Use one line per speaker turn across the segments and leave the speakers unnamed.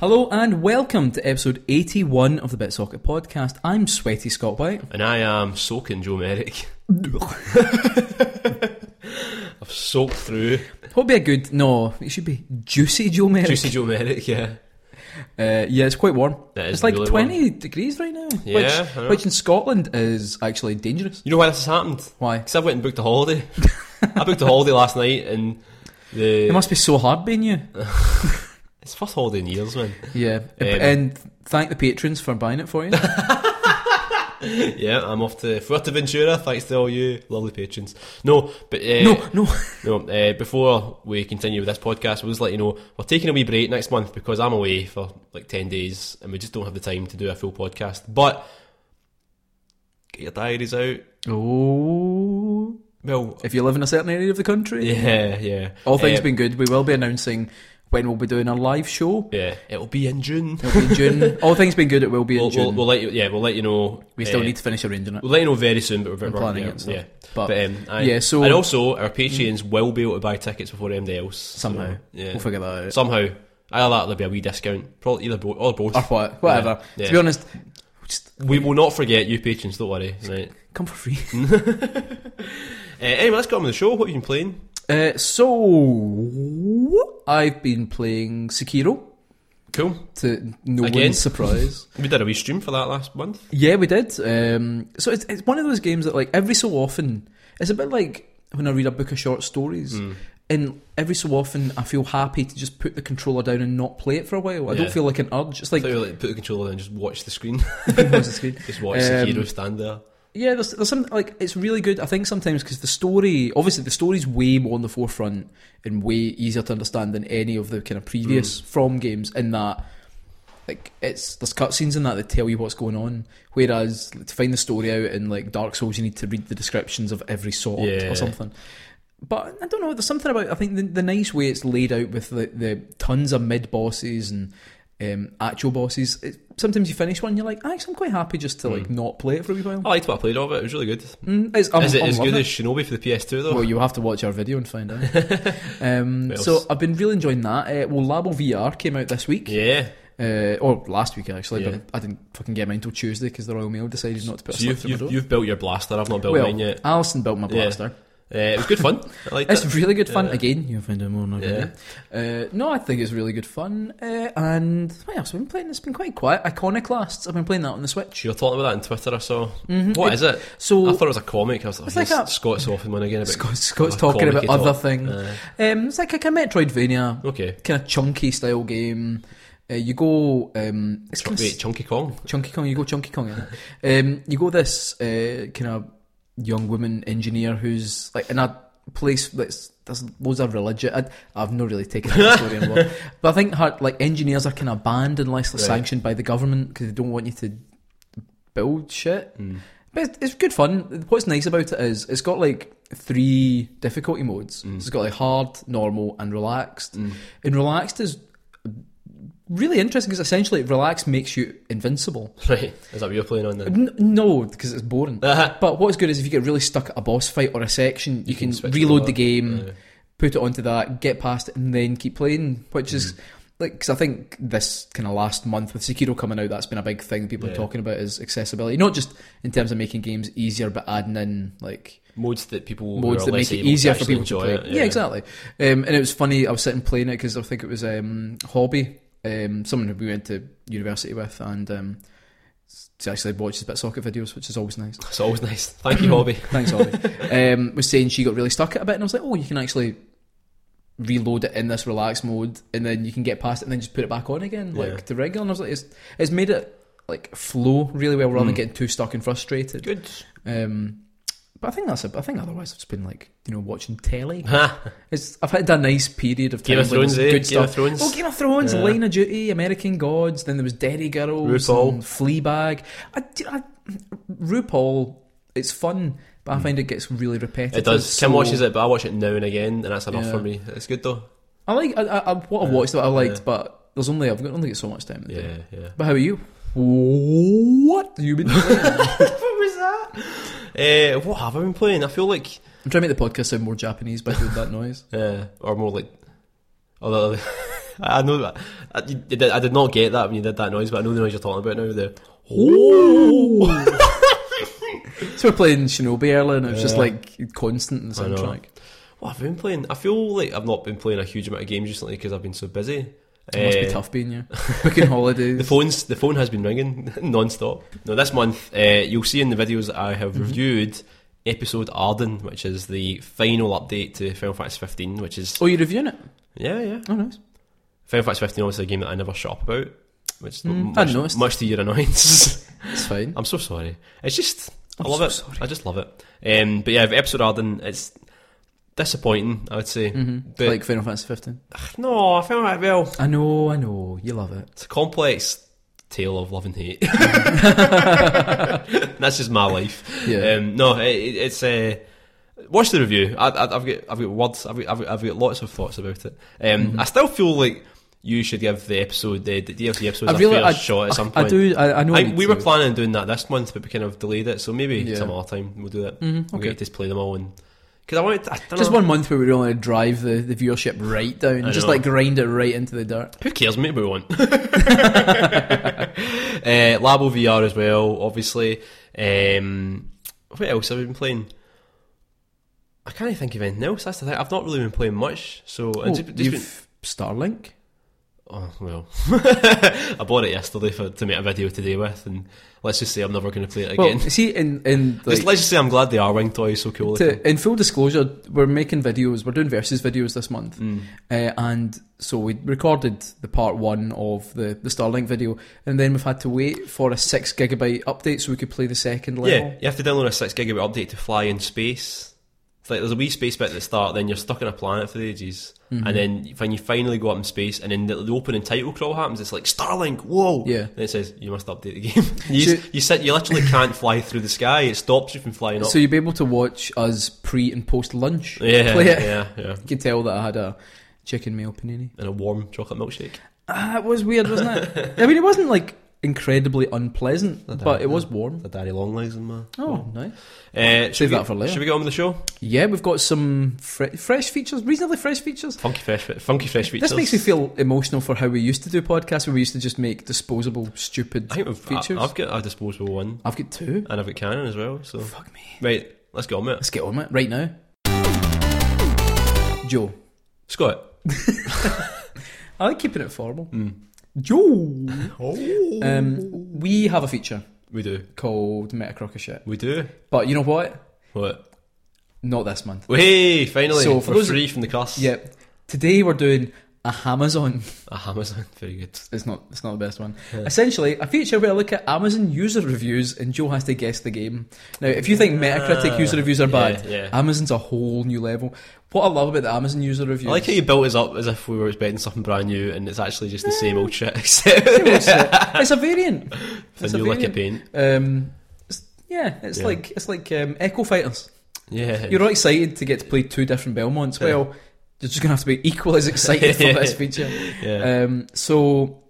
Hello and welcome to episode 81 of the BitSocket podcast. I'm sweaty Scott White.
And I am soaking Joe Merrick. I've soaked through
Hope be a good, no, it should be juicy Joe Merrick.
Juicy Joe Merrick, yeah.
Uh, yeah, it's quite warm.
That is
it's like
really
20 degrees right now,
Yeah, I
which,
know.
which in Scotland is actually dangerous.
You know why this has happened?
Why?
Because I went and booked a holiday. I booked a holiday last night and the.
It must be so hard being you.
It's first holiday in years, man.
Yeah. and thank the patrons for buying it for you.
yeah, I'm off to Fuerteventura. Thanks to all you lovely patrons. No, but. Uh,
no, no.
No, uh, before we continue with this podcast, we'll just let you know we're taking a wee break next month because I'm away for like 10 days and we just don't have the time to do a full podcast. But get your diaries out.
Oh.
Well,
If you live in a certain area of the country,
yeah, yeah.
all things
Uh,
being good, we will be announcing when we'll be doing our live show.
Yeah, it'll be in June.
It'll be in June. all things being good, it will be in
We'll,
June.
we'll, we'll let you, yeah, we'll let you know.
we still
uh,
need to finish arranging it.
We'll let you know very soon, but we're,
I'm
we're
planning
yeah,
it. So.
Yeah,
But,
but um, aye.
yeah, so Mm.
and also our patrons will be able to buy tickets before anybody else so,
somehow
yeah,
we'll figure that out.
somehow. Either that, or there'll be a wee discount. Probably either bo- or both.
or what? Whatever.
Yeah.
To be honest, just
We will not forget you, patrons. Don't worry. Right.
come for free.
Uh, anyway, let's get on with the show. What have you been playing?
Uh, so I've been playing Sekiro
Cool.
to no
Again?
one's surprise.
We did a wee stream for that last month.
Yeah, we did. Um, so it's, it's one of those games that, like, every so often, it's a bit like when I read a book of short stories,
Hmm.
and every so often I feel happy to just put the controller down and not play it for a while. I
Yeah.
don't feel like an urge. It's like,
So, like, put the controller down and just watch the screen.
Close the screen.
just watch
Um,
the hero stand there.
yeah, there's, there's some like it's really good. I think sometimes because the story, obviously, the story's way more on the forefront and way easier to understand than any of the kind of previous from games. In that, like, it's there's cutscenes in that that tell you what's going on. Whereas like, to find the story out in like Dark Souls, you need to read the descriptions of every sort
Yeah.
or something. But I don't know. There's something about I think the, the nice way it's laid out with the, the tons of mid bosses and um, actual bosses. It, sometimes you finish one, you're like, actually, I'm quite happy just to like not play it for a wee while.
I liked what I played of it. It was really good.
Mm, it's, I'm,
Is it
I'm
as
loving
good
it.
as Shinobi for the PS2 though?
Well, you'll have to watch our video and find out. um,
What
so
else?
I've been really enjoying that. Uh, well, Labo VR came out this week,
yeah.
uh, or last week actually,
Yeah.
but I didn't fucking get mine until Tuesday because the Royal Mail decided not to put
So
a slip
you've,
through my
you've,
door.
you've built your blaster. I've not built
well,
mine yet.
Alison built my
Yeah.
blaster.
Uh, it was good fun. I liked
It's
it.
really good fun.
Yeah.
Again, you'll find out more. in our video. Uh, no, I think it's really good fun. Uh, and what else? I've been playing. It's been quite quiet. Iconoclasts. I've been playing that on the Switch.
You were talking about that on Twitter I saw.
Mhm.
What is it?
So
I thought it was a comic. I was like,
It's like
here's
a-
Scott's off and one again about
Scott, Scott's
a
talking about
comic he
other
thought.
things.
Uh,
Um, it's like a kind of Metroidvania
okay.
kind of chunky style game. Uh, you go, um, it's kind
Wait, Chunky Kong.
Chunky Kong. You go Chunky Kong. innit? um, you go this uh, kind of young woman engineer who's like in a place that's there's loads of religion. I, I've not really taken that story in well, but I think her like engineers are kind of banned unless they're
Right.
sanctioned by the government because they don't want you to build shit.
Mm.
But it's, it's good fun. What's nice about it is it's got like three difficulty modes. So it's got like hard, normal, and relaxed. And relaxed is really interesting because essentially relaxed makes you invincible.
Right. Is that what you're playing on then?
N- no, because it's boring.
Uh-huh.
But what's good is if you get really stuck at a boss fight or a section, you,
can
can,
switch it
reload
over.
the game,
Yeah.
put it onto that, get past it, and then keep playing, which is.
Mm-hmm.
Like, because I think this kind of last month with Sekiro coming out, that's been a big thing people are
Yeah.
talking about is accessibility. Not just in terms of making games easier, but adding in like
modes that people
modes
who
that
are less
make it
able
easier for
actually
people to play.
enjoy it,
yeah. exactly. Um, and it was funny. I was sitting playing it because I think it was um, Hobby, um, someone who we went to university with, and um, to actually watch his bit socket videos, which is always nice.
It's always nice. Thank
Mm-hmm.
you, Hobby.
Thanks, Hobby. um, was saying she got really stuck at a bit, and I was like, oh, you can actually reload it in this relaxed mode, and then you can get past it, and then just put it back on again, like
Yeah.
to regular. And I was like, it's, it's made it like flow really well rather than
Hmm.
getting too stuck and frustrated.
Good.
Um, but I think that's it. I think otherwise I've just been like you know watching telly.
Ha.
It's I've had a nice period of time
Game of
when there's
Thrones, eh?
good
Game
stuff.
of Thrones.
Oh, Game of Thrones,
Yeah.
Line of Duty, American Gods. Then there was Derry Girls,
RuPaul.
and Fleabag. I, do- I, RuPaul, it's fun, but I find it gets really repetitive.
Hmm. It does. Kim
so-
watches it, but I watch it now and again, and that's enough
Yeah.
for me. It's good though.
I like I, I, I, what I've watched that I liked,
Yeah.
but there's only I've got only got so much time. in the day.
Yeah, yeah.
But how are you? What have you been? playing?
What was that? Uh, what have I been playing? I feel like,
I'm trying to make the podcast sound more Japanese by doing that noise.
uh, or more like, oh, the- I know that. I, you did- I did not get that when you did that noise, but I know the noise you're talking about now. The oh,
So we're playing Shinobi earlier, and it was just like constant in the
I know.
soundtrack.
what I've been playing. I feel like I've not been playing a huge amount of games recently because I've been so busy.
It must be
Eh,
tough being you. Booking holidays.
The phones, the phone has been ringing non-stop. Now this month, uh, you'll see in the videos that I
Mm-hmm.
have reviewed episode Arden, which is the final update to Final Fantasy 15, which is
Oh, you're reviewing it?
yeah, yeah.
Oh, nice.
Final Fantasy 15 obviously a game that I never shut up about, which
Mm, I
much,
noticed.
much to your annoyance.
It's fine.
I'm so sorry. It's just i
I'm
love
so
it.
sorry.
I just love it. Um, but yeah, episode Arden, it's disappointing. I would say.
Mm-hmm.
But-
like Final Fantasy 15.
No, I found it well.
I know, I know. You love it.
It's a complex tale of love and hate. That's just my life.
Yeah.
Um, no, it, it- it's uh, watch the review. I, I, I've got I've got words. I've got, I've, got, I've got lots of thoughts about it. Um,
Mm-hmm.
I still feel like you should give the episode the, the DLC episode
I
a
really,
fair
I,
shot at
I-
some
I,
point.
do. I, I know. I
I-
need
we were
to.
planning on doing that this month, but we kind of delayed it. So maybe
Yeah.
some other time we'll do that.
Mhm,
We'll
okay.
get to just play them all and because I wanted. To, I don't
Just
know.
one month where we really drive the, the viewership right down,
I
just
know.
like grind it right into the dirt.
Who cares? Maybe we want. uh, Labo VR as well, obviously. Um, what else have we been playing? I can't even think of anything else. That's the thing. I've not really been playing much. So
Oh,
and just, just
you've
been,
Starlink.
oh well, I bought it yesterday for to make a video today with, and let's just say I'm never going to play it
Well,
again.
see, in in
just
like,
let's just say I'm glad the R wing toy is so cool. looking.
to, in full disclosure, we're making videos. We're doing versus videos this month.
Mm.
Uh, and so we recorded the part one of the, the Starlink video, and then we've had to wait for a six gigabyte update so we could play the second level.
Yeah, you have to download a six gigabyte update to fly in space. It's like there's a wee space bit at the start, then you're stuck on a planet for ages,
Mm-hmm.
and then when you finally go up in space, and then the, the opening title crawl happens, it's like Starlink, whoa!
Yeah.
Then it says you must update the game. you, s-
So-
you sit, you literally can't fly through the sky. It stops you from flying up.
So you'll be able to watch us pre and post lunch
yeah,
play it.
yeah, yeah,
You can tell that I had a chicken meal panini.
and a warm chocolate milkshake.
Ah, it was weird, wasn't it? I mean, it wasn't like incredibly unpleasant,
I don't
but it
know.
was warm.
The daddy long legs in my.
Oh, nice.
uh, should
Save
we-
that for later.
Should we get on with the show?
Yeah, we've got some fre- fresh features, reasonably fresh features.
Funky fresh, funky fresh features.
This makes me feel emotional for how we used to do podcasts, where we used to just make disposable, stupid
I think we've,
features.
I, I've got a disposable one,
I've got two.
and I've got Canon as well. So
Fuck me.
right, let's get on with it.
Let's get on it right now. Joe.
Scott.
I like keeping it formal. Joe.
Oh.
Um, we have a feature
we do.
called Metacrock of Shit.
We do.
But you know what?
What?
Not this month.
Hey, finally.
So,
So
for
We're
those-
free from the curse.
Yep. Today we're doing a Amazon.
Ah, Amazon. Very good.
It's not. It's not the best one. Essentially, a feature where I look at Amazon user reviews and Joe has to guess the game. Now, if you think Metacritic
Ah,
user reviews are
yeah,
bad,
yeah.
Amazon's a whole new level. What I love about the Amazon user reviews,
I like how you built us up as if we were expecting something brand new and it's actually just the same old shit except
it's a variant.
the
It's a
new lick
variant.
of paint.
Um, it's- yeah, it's
Yeah.
like it's like um, Echo Fighters.
Yeah.
You're all excited to get to play two different Belmonts. Well, you're just gonna have to be equal as excited for this feature.
yeah.
Um, so,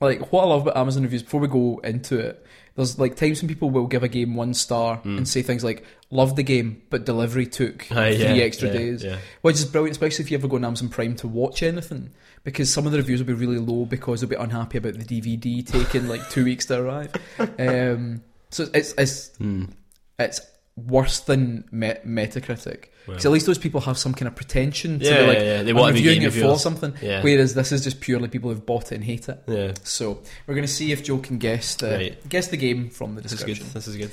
like, what I love about Amazon reviews. Before we go into it, there's like times when people will give a game one star
Hmm.
and say things like "loved the game, but delivery took
Ah, yeah,
three extra
yeah,
days,"
Yeah.
which is brilliant, especially if you ever go on Amazon Prime to watch anything, because some of the reviews will be really low because they'll be unhappy about the DVD taking like two weeks to arrive. Um, so it's it's
Mm.
it's worse than Met- Metacritic.
Well.
Because at least those people have some kind of pretension to
Yeah,
be like,
yeah, yeah. They
I'm
want to be
reviewing
game
it for
reviewers.
something.
Yeah.
Whereas this is just purely people who've bought it and hate it.
Yeah.
So we're going to see if Joe can guess the
Right.
guess the game from the
This is good.
description.
This is good.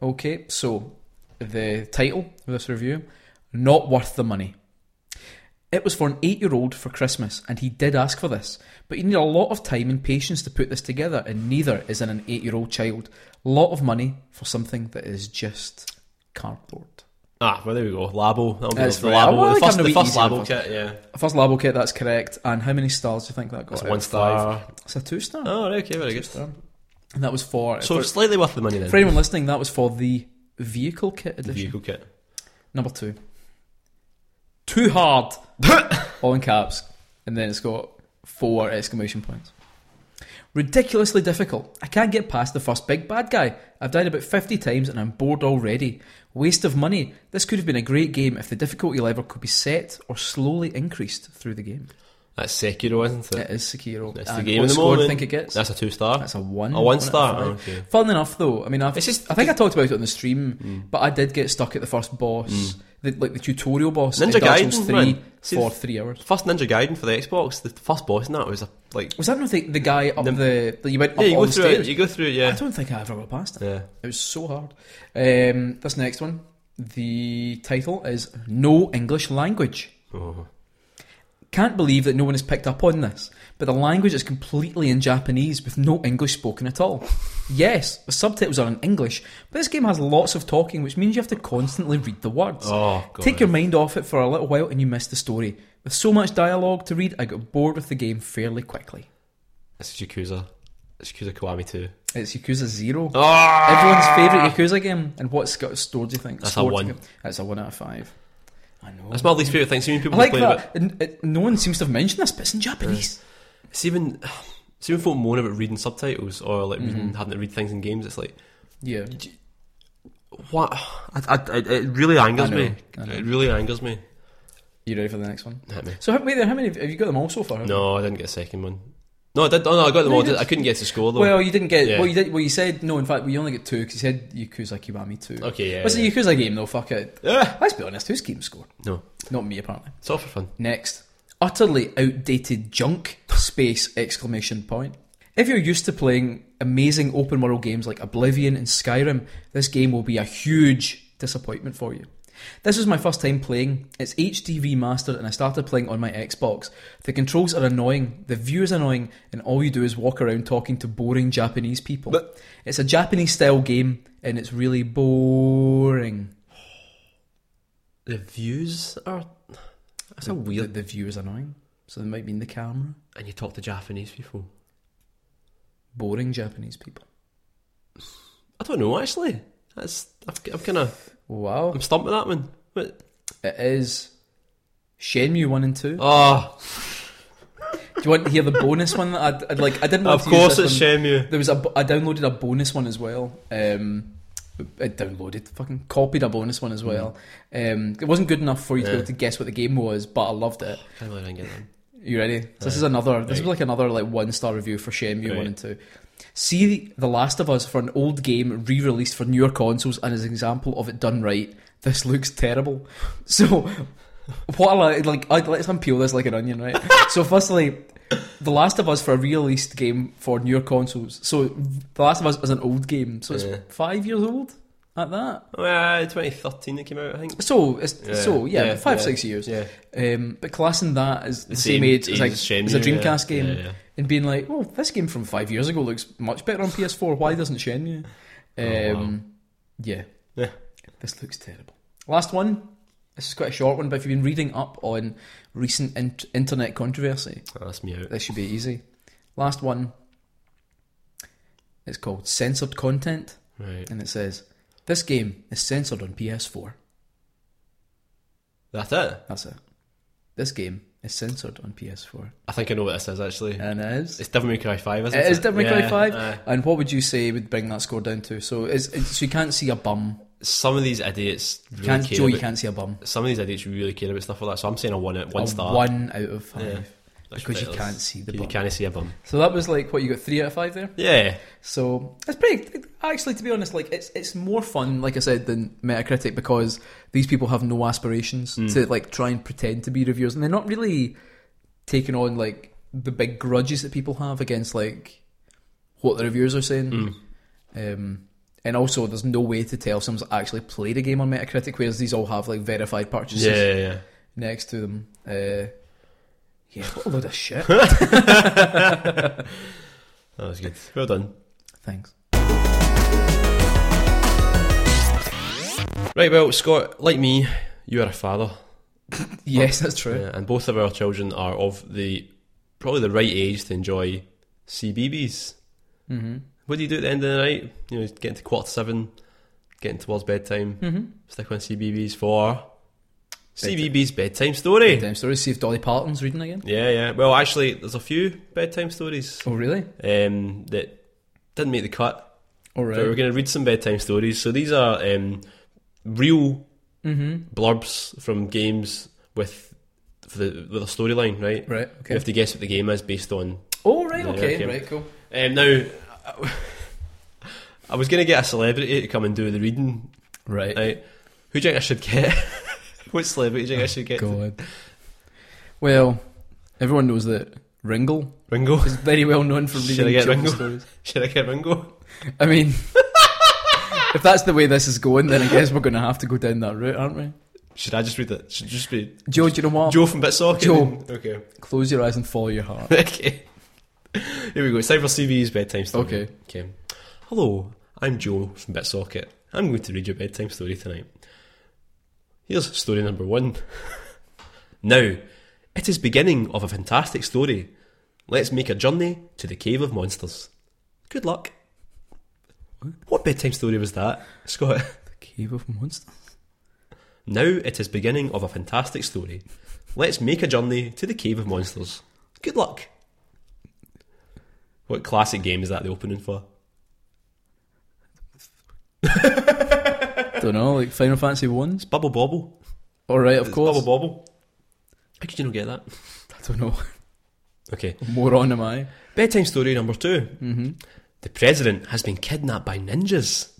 Uh, okay, so the title of this review: Not worth the money. It was for an eight-year-old for Christmas, and he did ask for this. But you need a lot of time and patience to put this together, and neither is in an eight-year-old child. Lot of money for something that is just cardboard.
Ah, well, there we go. Labo. That'll be
That's
the
right. I
Labo.
like
the first,
having a
the
wee
first
easy one
Labo
first.
kit, yeah.
First Labo kit, that's correct. And how many stars do you think that got?
It's
out
one
of five?
star.
It's a two-star.
Oh, right, okay, very good.
And that was for
So
for-
slightly worth the money then.
For anyone listening, that was for the vehicle kit
The
edition.
vehicle kit.
Number two. Too hard. All in caps. And then it's got four exclamation points. Ridiculously difficult. I can't get past the first big bad guy. I've died about 50 times and I'm bored already. Waste of money. This could have been a great game if the difficulty level could be set or slowly increased through the game.
That's Sekiro, isn't it?
It is Sekiro.
That's the
And
game
what
of the
score do
moment.
you think it gets?
That's a two star.
That's a one.
A one
out of
star,
five.
okay.
Fun enough though. I mean, I've,
It's just-
I think I talked about it on the stream, but I did get stuck at the first boss, the, like the tutorial boss. in
Mm. Ninja
Dark Souls
Gaiden,
three
man. See,
for three hours.
First Ninja Gaiden for the Xbox, the first boss in that was a, like
Was that not the, the guy up the,
Nim-
that you went up
yeah, you
on
go through
stairs?
it. You go through it,
I
yeah,
don't think I ever got past it.
yeah.
It was so hard. Um, this next one, the title is No English Language.
Oh.
Can't believe that no one has picked up on this, but the language is completely in Japanese with no English spoken at all. Yes, the subtitles are in English, but this game has lots of talking, which means you have to constantly read the words.
Oh, God.
Take your mind off it for a little while and you miss the story. With so much dialogue to read, I got bored with the game fairly quickly.
It's Yakuza. It's Yakuza Kiwami 2.
It's Yakuza Zero.
Ah!
Everyone's favourite Yakuza game, and what's got scored, do you think?
That's a
Scored
one.
game? That's a one out of five. I know.
That's my least favourite thing. See when
I
people
like
complain about
that. N- it- no one seems to have mentioned this, but it's in Japanese.
see when see when people moan about reading subtitles or like
Mm-hmm.
reading, having to read things in games. It's like
Yeah.
what? I, I, I- it really angers
I know,
me.
I know.
It really angers me.
You ready for the next one?
Hit me.
So how, wait there, how many have you got them all so far?
No, I didn't get a second one. No, I did. Oh no, I got them
No,
all.
you
I
did.
couldn't get to score though.
Well, you didn't get.
Yeah.
Well, you did. Well, you said no. In fact, we only get two because you said Yakuza Kiwami two.
okay, yeah.
What's the
yeah.
Yakuza game though? Fuck it.
Ah!
Let's be honest. Who's keeping score?
No,
Not me, apparently.
it's all for fun.
Next, utterly outdated junk. Space exclamation point. If you're used to playing amazing open world games like Oblivion and Skyrim, this game will be a huge disappointment for you. This was my first time playing. It's HD remastered and I started playing on my Xbox. The controls are annoying, the view is annoying, and all you do is walk around talking to boring Japanese people.
But-
it's a Japanese style game and it's really boring.
The views are. That's a
The-
weird.
The, the view is annoying, so they might mean the camera.
and you talk to Japanese people.
boring Japanese people.
I don't know actually. That's I'm, I'm kind of
Wow.
I'm stumped with that one. But
It is Shenmue 1 and 2.
oh,
Do you want to hear the bonus one that I'd, I'd like? I didn't want
of
to use
course
this
it's
one.
Shenmue.
There was a, bo- I downloaded a bonus one as well. Um, I downloaded, fucking copied a bonus one as well. Um, it wasn't good enough for you to be
Mm-hmm. Yeah.
able to guess what the game was, but I loved it.
I really didn't get that. one.
You ready? So this is another. This is like another like one star review for Shenmue
Right.
one and two. See The Last of Us for an old game re-released for newer consoles, and as an example of it done right, this looks terrible. So, what I like, I, let's unpeel this like an onion, right? so, firstly, The Last of Us for a re-released game for newer consoles. So, The Last of Us is an old game, so it's
Yeah.
five years old at that.
Well, 2013 it came out, I think.
So, it's, so yeah, five six years.
Yeah,
Um, but classing that as the,
The
same,
same
age as,
age
like,
as Shenmue,
as a Dreamcast
yeah.
game
Yeah, yeah.
and being like, oh, this game from five years ago looks much better on PS4. Why doesn't Shenmue? Um,
Oh, wow.
Yeah.
Yeah.
This looks terrible. Last one. This is quite a short one, but if you've been reading up on recent in- internet controversy,
Oh, that's me out.
this should be easy. Last one. It's called Censored Content,
Right,
and it says, This game is censored on PS4.
that's it.
That's it. This game is censored on PS4.
I think I know what this is actually.
And it is.
It's Devil May Cry Five, isn't it?
It is Devil May Cry
Yeah, uh,
5.
aye.
and what would you say would bring that score down to? So is, is- so you can't see a bum.
some of these idiots really
You can't,
care
Joe, you
about-
can't see a bum.
Some of these idiots really care about stuff like that. So I'm saying a one out, one
a
star.
One out of five.
Yeah, That's
because you
ridiculous.
can't see the
You
bum.
can't see a bum.
So that was like, what, you got three out of five there?
Yeah,
So it's pretty, actually, to be honest, like it's it's more fun, like I said, than Metacritic because these people have no aspirations to like try and pretend to be reviewers and they're not really taking on like the big grudges that people have against like what the reviewers are saying. Um, and also, there's no way to tell if someone's actually played a game on Metacritic, whereas these all have like verified purchases
yeah, yeah. yeah.
next to them. Uh, yeah, what a load of shit.
That was good. Well done.
Thanks.
Right, well, Scott, like me, you are a father,
Yes, that's true.
yeah, and both of our children are of the probably the right age to enjoy CBBS.
hmm
What do you do at the end of the night? You know, getting to quarter to seven, getting towards bedtime.
hmm
Stick on CBBS for
Bedtime.
CBBS bedtime story.
Damn story. See if Dolly Parton's reading again.
Yeah, yeah. Well, actually, there's a few bedtime stories
Oh, really?
um, that didn't make the cut,
All
but we're
right.
going to read some bedtime stories. So these are um, real
Mm-hmm.
blurbs from games with for the, with a storyline, right?
Right.
You
Okay.
have to guess what the game is based on.
oh right.
Yeah,
Okay.
okay.
Right. Cool.
Um, now, I was going to get a celebrity to come and do the reading,
Right.
right? Who do you think I should get? what celebrity do you think I should get?
God. Well, everyone knows that Ringle
Ringo?
is very well known for
Should
reading
I get
children's
Ringo?
stories.
Should I get Ringo?
I mean, if that's the way this is going, then I guess we're going to have to go down that route, aren't we?
Should I just read it? Should it just be
Joe, do you know what?
Joe from
Oh.
Bitsocket?
Joe.
Okay.
Close your eyes and follow your heart.
okay. Here we go. It's time for CV's bedtime story.
Okay.
Okay. Hello, I'm Joe from Bitsocket. I'm going to read your bedtime story tonight. Here's story number one. now, it is beginning of a fantastic story. Let's make a journey to the Cave of Monsters. Good luck. What bedtime story was that, Scott?
The Cave of Monsters.
Now it is beginning of a fantastic story. Let's make a journey to the Cave of Monsters. Good luck. What classic game is that the opening for?
Don't know, like Final Fantasy ones.
It's Bubble Bobble.
All right, of
It's
course.
Bubble Bobble. How could you not get that?
I don't know.
Okay.
Moron am I?
Bedtime story number 2 Mm-hmm. The president has been kidnapped by ninjas.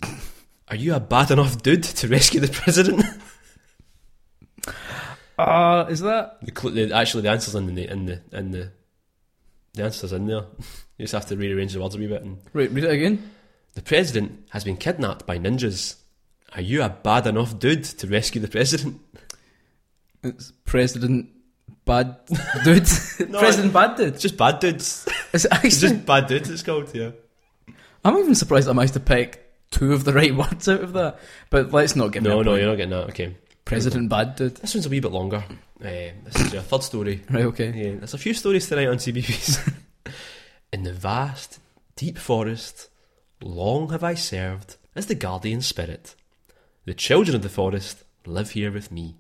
Are you a bad enough dude to rescue the president? Uh,
Ah, is that?
the, cl- the, actually, the answer's in the in the in the the answer's in there. You just have to rearrange the words a wee bit and
Right, read it again.
The president has been kidnapped by ninjas. Are you a bad enough dude to rescue the president?
It's President Bad Dude. President Bad Dude.
It's just bad dudes.
Is it
It's
actually?
just bad dudes. It's called yeah.
I'm even surprised I managed to pick two of the right words out of that. But let's not give me
No,
a
no,
point.
you're not getting that. Okay.
President Bad Dude.
This one's a wee bit longer. Eh, this is your third story.
Right, okay.
Yeah, there's a few stories tonight on CBBS. In the vast, deep forest, long have I served as the guardian spirit. The children of the forest live here with me.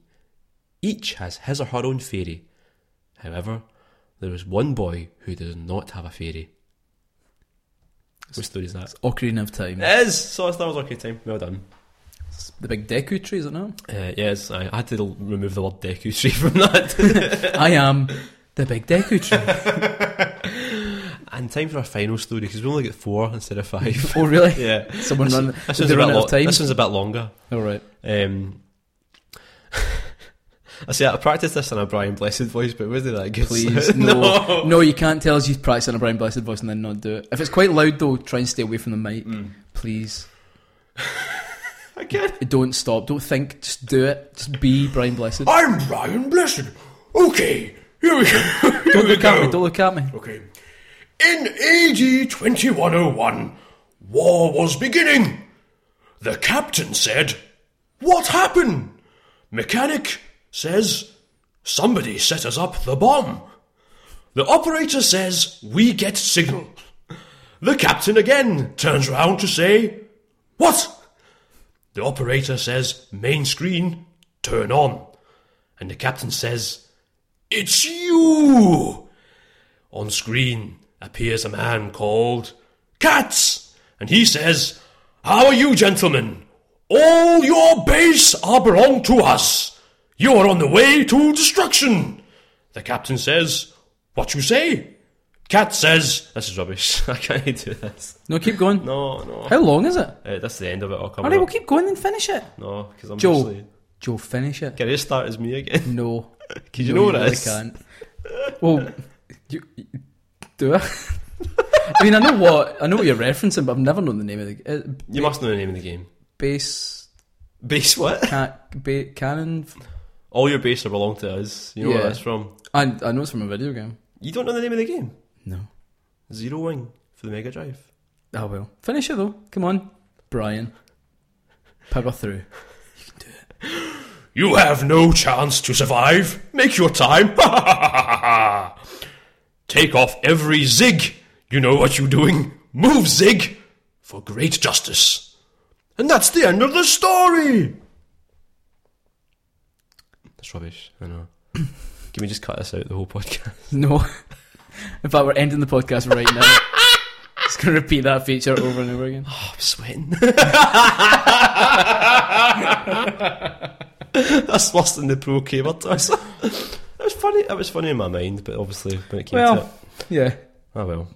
Each has his or her own fairy. However, there is one boy who does not have a fairy. What story is that?
Ocarina of Time.
It is! So that was okay time. Well done.
It's the big Deku tree, is it not?
Uh, yes, I I had to l- remove the word Deku tree from that.
I am the big Deku tree.
and time for our final story because we only get four instead of five.
oh, really?
yeah.
Someone
This-
run.
This
did
one's,
they
a bit
run out
lo-
of time.
this one's a bit longer.
All right.
Um, I see. I practiced this in a Brian Blessed voice, but wasn't that good?
Please, no. no. you can't tell us you practice on a Brian Blessed voice and then not do it. If it's quite loud, though, try and stay away from the mic.
Mm.
Please.
I can't.
Don't stop. Don't think. Just do it. Just be Brian Blessed.
I'm Brian Blessed. Okay, here we go. Here
Don't
we
look at me.
go.
Don't look at me.
Okay. In AD 2101, war was beginning. The captain said, What happened? Mechanic says, Somebody set us up the bomb. The operator says, We get signal. The captain again turns round to say, What? The operator says, Main screen, turn on. And the captain says, It's you! On screen appears a man called Katz, and he says, How are you, gentlemen? All your base are belong to us. You are on the way to destruction. The captain says, What you say? Katz says,
This is rubbish. I can't do this.
No, keep going.
No, no.
How long is it? All
Uh, that's the end of it. I'll come
right, we'll keep going and finish it.
No, because I'm
Joe.
actually.
Joe, finish it.
Can I start as me again?
No.
Because you
No,
know what it
really
is.
can't. Well, you, you- do I? I mean, I know what I know what you're referencing, but I've never known the name of the uh,
You must know the name of the game.
base
Base what?
ca- ba- cannon.
All your base are belong to us. You know where
Yeah.
that's from.
I I know it's from a video game.
You don't know the name of the game.
No.
Zero Wing for the Mega Drive.
Oh well. Finish it though. Come on, Brian. Power through.
You have no chance to survive. Make your time. Take off every zig. You know what you're doing. Move zig for great justice. And that's the end of the story.
That's rubbish. I know. Can we just cut this out the whole podcast?
No. In fact, we're ending the podcast right now. Just gonna repeat that feature over and over again.
I'm sweating. That's worse than the pro caber toss. That was funny. It was funny in my mind, but obviously when it came to it,
Well, yeah.
oh well.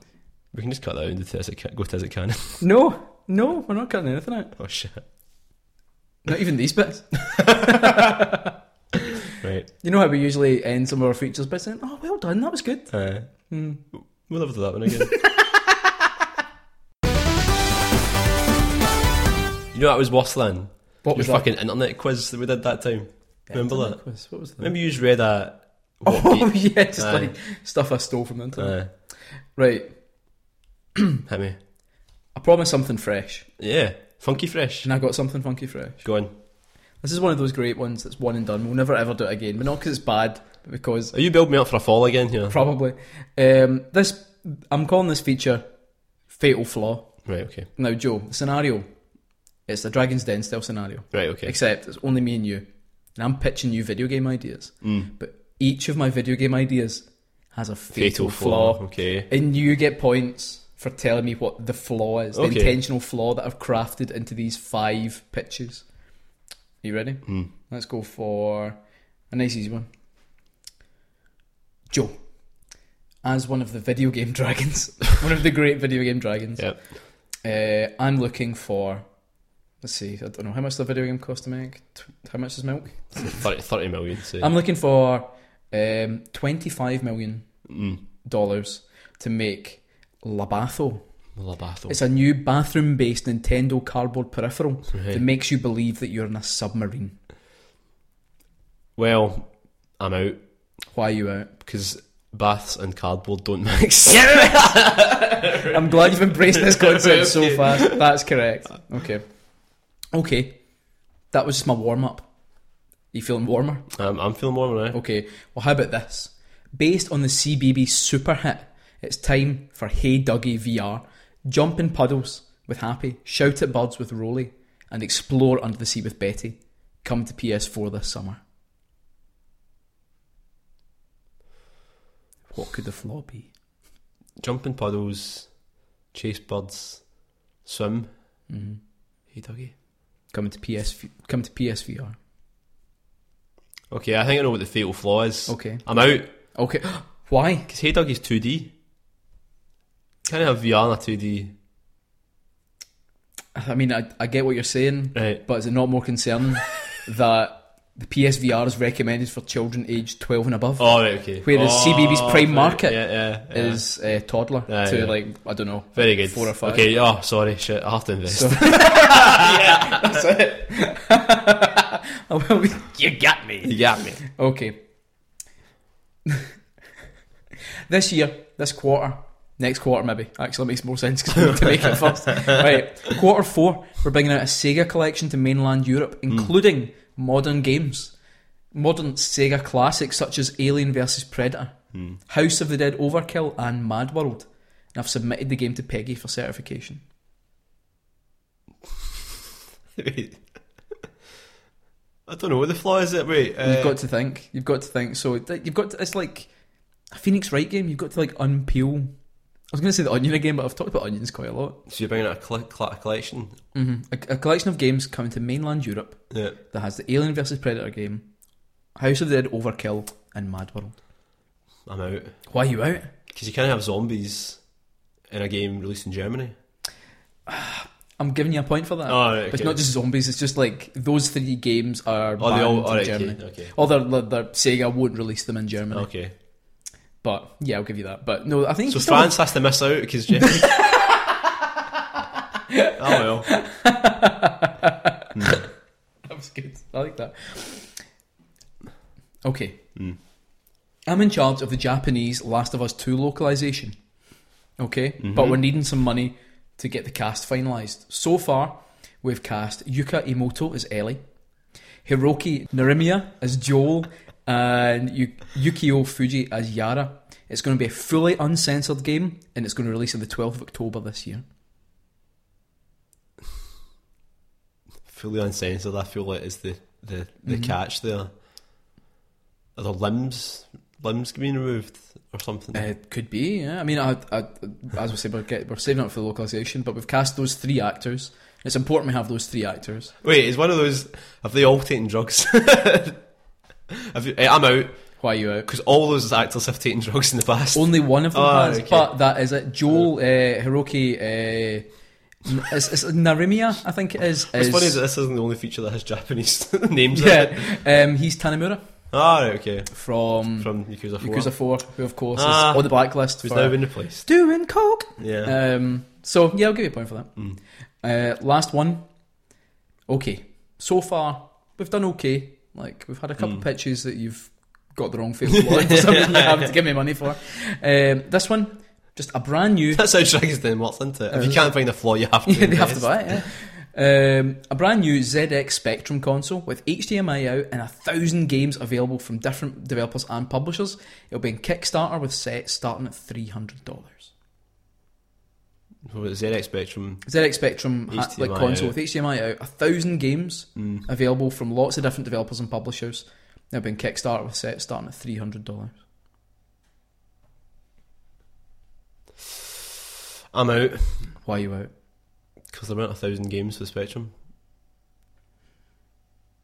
We can just cut that out and do it as it ca- go to as it can.
No, no, we're not cutting anything out.
oh shit!
Not even these bits.
Right.
You know how we usually end some of our features by saying, "Oh, well done, that was good."
Uh,
Hmm.
We'll never do that one again. you know that was worse than
What
your
was that?
fucking internet quiz that we did that time. Remember that?
What was- What was that?
Remember you just read a.
Oh yeah, just
Aye.
like stuff I stole from the internet.
Uh,
Right,
hit me.
I promised something fresh,
Yeah, funky fresh.
and I got something funky fresh.
Go on.
This is one of those great ones that's one and done. We'll never ever do it again, but not because it's bad, but because
Are you building me up for a fall again here?
probably um, this. I'm calling this feature "Fatal Flaw."
Right. Okay.
Now, Joe, the scenario. It's the Dragon's Den style scenario.
Right. Okay.
Except it's only me and you. And I'm pitching you video game ideas.
Mm.
But each of my video game ideas has a fatal,
Fatal
flaw.
flaw. oh Okay.
And you get points for telling me what the flaw is, the
Okay.
intentional flaw that I've crafted into these five pitches. Are you ready?
Hmm.
Let's go for a nice easy one. Joe, as one of the video game dragons, one of the great video game dragons,
Yep.
uh, I'm looking for. Let's see. I don't know how much the video game cost to make. T- how much is milk?
30, 30 million. So.
I'm looking for um, twenty-five million dollars to make Labatho.
Labatho.
It's a new bathroom-based Nintendo cardboard peripheral
Right.
that makes you believe that you're in a submarine.
Well, I'm out
Why are you out?
because baths and cardboard don't mix.
I'm glad you've embraced this concept so fast. That's correct. Okay. Okay. That was just my warm-up. You feeling warmer?
I'm, Um, I'm feeling warm now.
Okay, well, how about this? Based on the CBB super hit, it's time for Hey Dougie VR. Jump in puddles with Happy, shout at birds with Rolly, and explore under the sea with Betty. Come to PS4 this summer. What could the flaw be?
Jump in puddles, chase birds, swim.
Mhm.
Hey, Dougie.
Come to PS, come to PSVR.
Okay, I think I know what the fatal flaw is.
Okay,
I'm out
okay. Why?
because Hey Dougie's 2D. Kind of have VR and a 2D.
I mean, I, I get what you're saying,
Right.
but is it not more concerning that the PSVR is recommended for children aged 12 and above?
Oh, right, okay.
Whereas
oh,
CBB's prime
right,
market
yeah, yeah, yeah.
is uh, toddler
Yeah,
to
yeah.
like I don't know.
very good.
four or five.
Okay, oh, sorry, shit. I have to invest.
So that's it. I will be-
you got me. You got me.
okay. this year, this quarter, next quarter maybe. Actually, it makes more sense because we need to make it first. Right, quarter four, we're bringing out a Sega collection to mainland Europe,
Hmm.
including modern games, modern Sega classics such as Alien vs Predator,
Hmm.
House of the Dead Overkill, and Mad World. And I've submitted the game to Peggy for certification.
Wait. I don't know what the flaw is. It wait. Uh,
You've got to think. You've got to think. So th- you've got to, it's like a Phoenix Wright game. You've got to like unpeel. I was going to say the onion again, but I've talked about onions quite a lot.
so you're bringing out a, cl- cl- a collection.
hmm
Mm-hmm.
A, a collection of games coming to mainland Europe
Yeah.
that has the Alien vs Predator game, House of the Dead Overkill, and Mad World.
I'm out
Why are you out?
because you can't have zombies in a game released in Germany.
I'm giving you a point for that.
Oh, right,
But it's
okay.
not just zombies. It's just like those three games are
Oh,
banned
they all.
in
All right.
Germany.
Okay. Okay.
Or they're, they're, they're- Sega won't release them in Germany.
okay.
But yeah, I'll give you that. But no, I think
So
you still-
France has to miss out because Germany. oh well.
That was good. I like that. Okay. I'm in charge of the Japanese Last of Us 2 localization. Okay? But we're needing some money to get the cast finalized. So far, we've cast Yuka Emoto as Ellie, Hiroki Narimiya as Joel, and Yu- Yukio Fuji as Yara. It's going to be a fully uncensored game, and it's going to release on the 12th of October this year.
Fully uncensored. I feel like is the the, the
Mm-hmm.
catch there. Are the limbs limbs being removed or something?
Uh, It could be, yeah. I mean, I, I, as we say, we're, get, we're saving up for the localization, but we've cast those three actors. It's important we have those three actors.
Wait, is one of those? Have they all taken drugs? have you, eh, I'm out.
Why you out?
Because all those actors have taken drugs in the past.
Only one of them
Ah,
has,
okay.
but that is it. Joel uh, Hiroki. Uh, n- it's, it's Narimiya, I think it is.
It's
is-
funny that this isn't the only feature that has Japanese names in it.
Yeah, um, he's Tanimura
Ah, right, okay.
from,
From Yakuza 4.
Yakuza 4, who of course
Ah.
is on the blacklist.
who's
for
now been replaced.
doing coke.
Yeah.
Um, so yeah, I'll give you a point for that. Uh, last one. Okay, so far we've done okay. Like we've had a couple of pitches that you've got the wrong field for for some reason you have to give me money for. Um, this one, just a brand new.
That's how Dragon's Den works, isn't it? If you can't find a flaw, you have to
they uh, have to
invest.
buy it. Yeah. Um, a brand new ZX Spectrum console with HDMI out and a thousand games available from different developers and publishers. It'll be in Kickstarter with sets starting at three hundred dollars.
What was it, ZX Spectrum.
ZX Spectrum ha-
HDMI
like console
out.
with HDMI out, a thousand games
Mm.
available from lots of different developers and publishers. They've been Kickstarter with sets starting at three hundred dollars.
I'm out.
Why are you out?
Because there weren't a thousand games for Spectrum.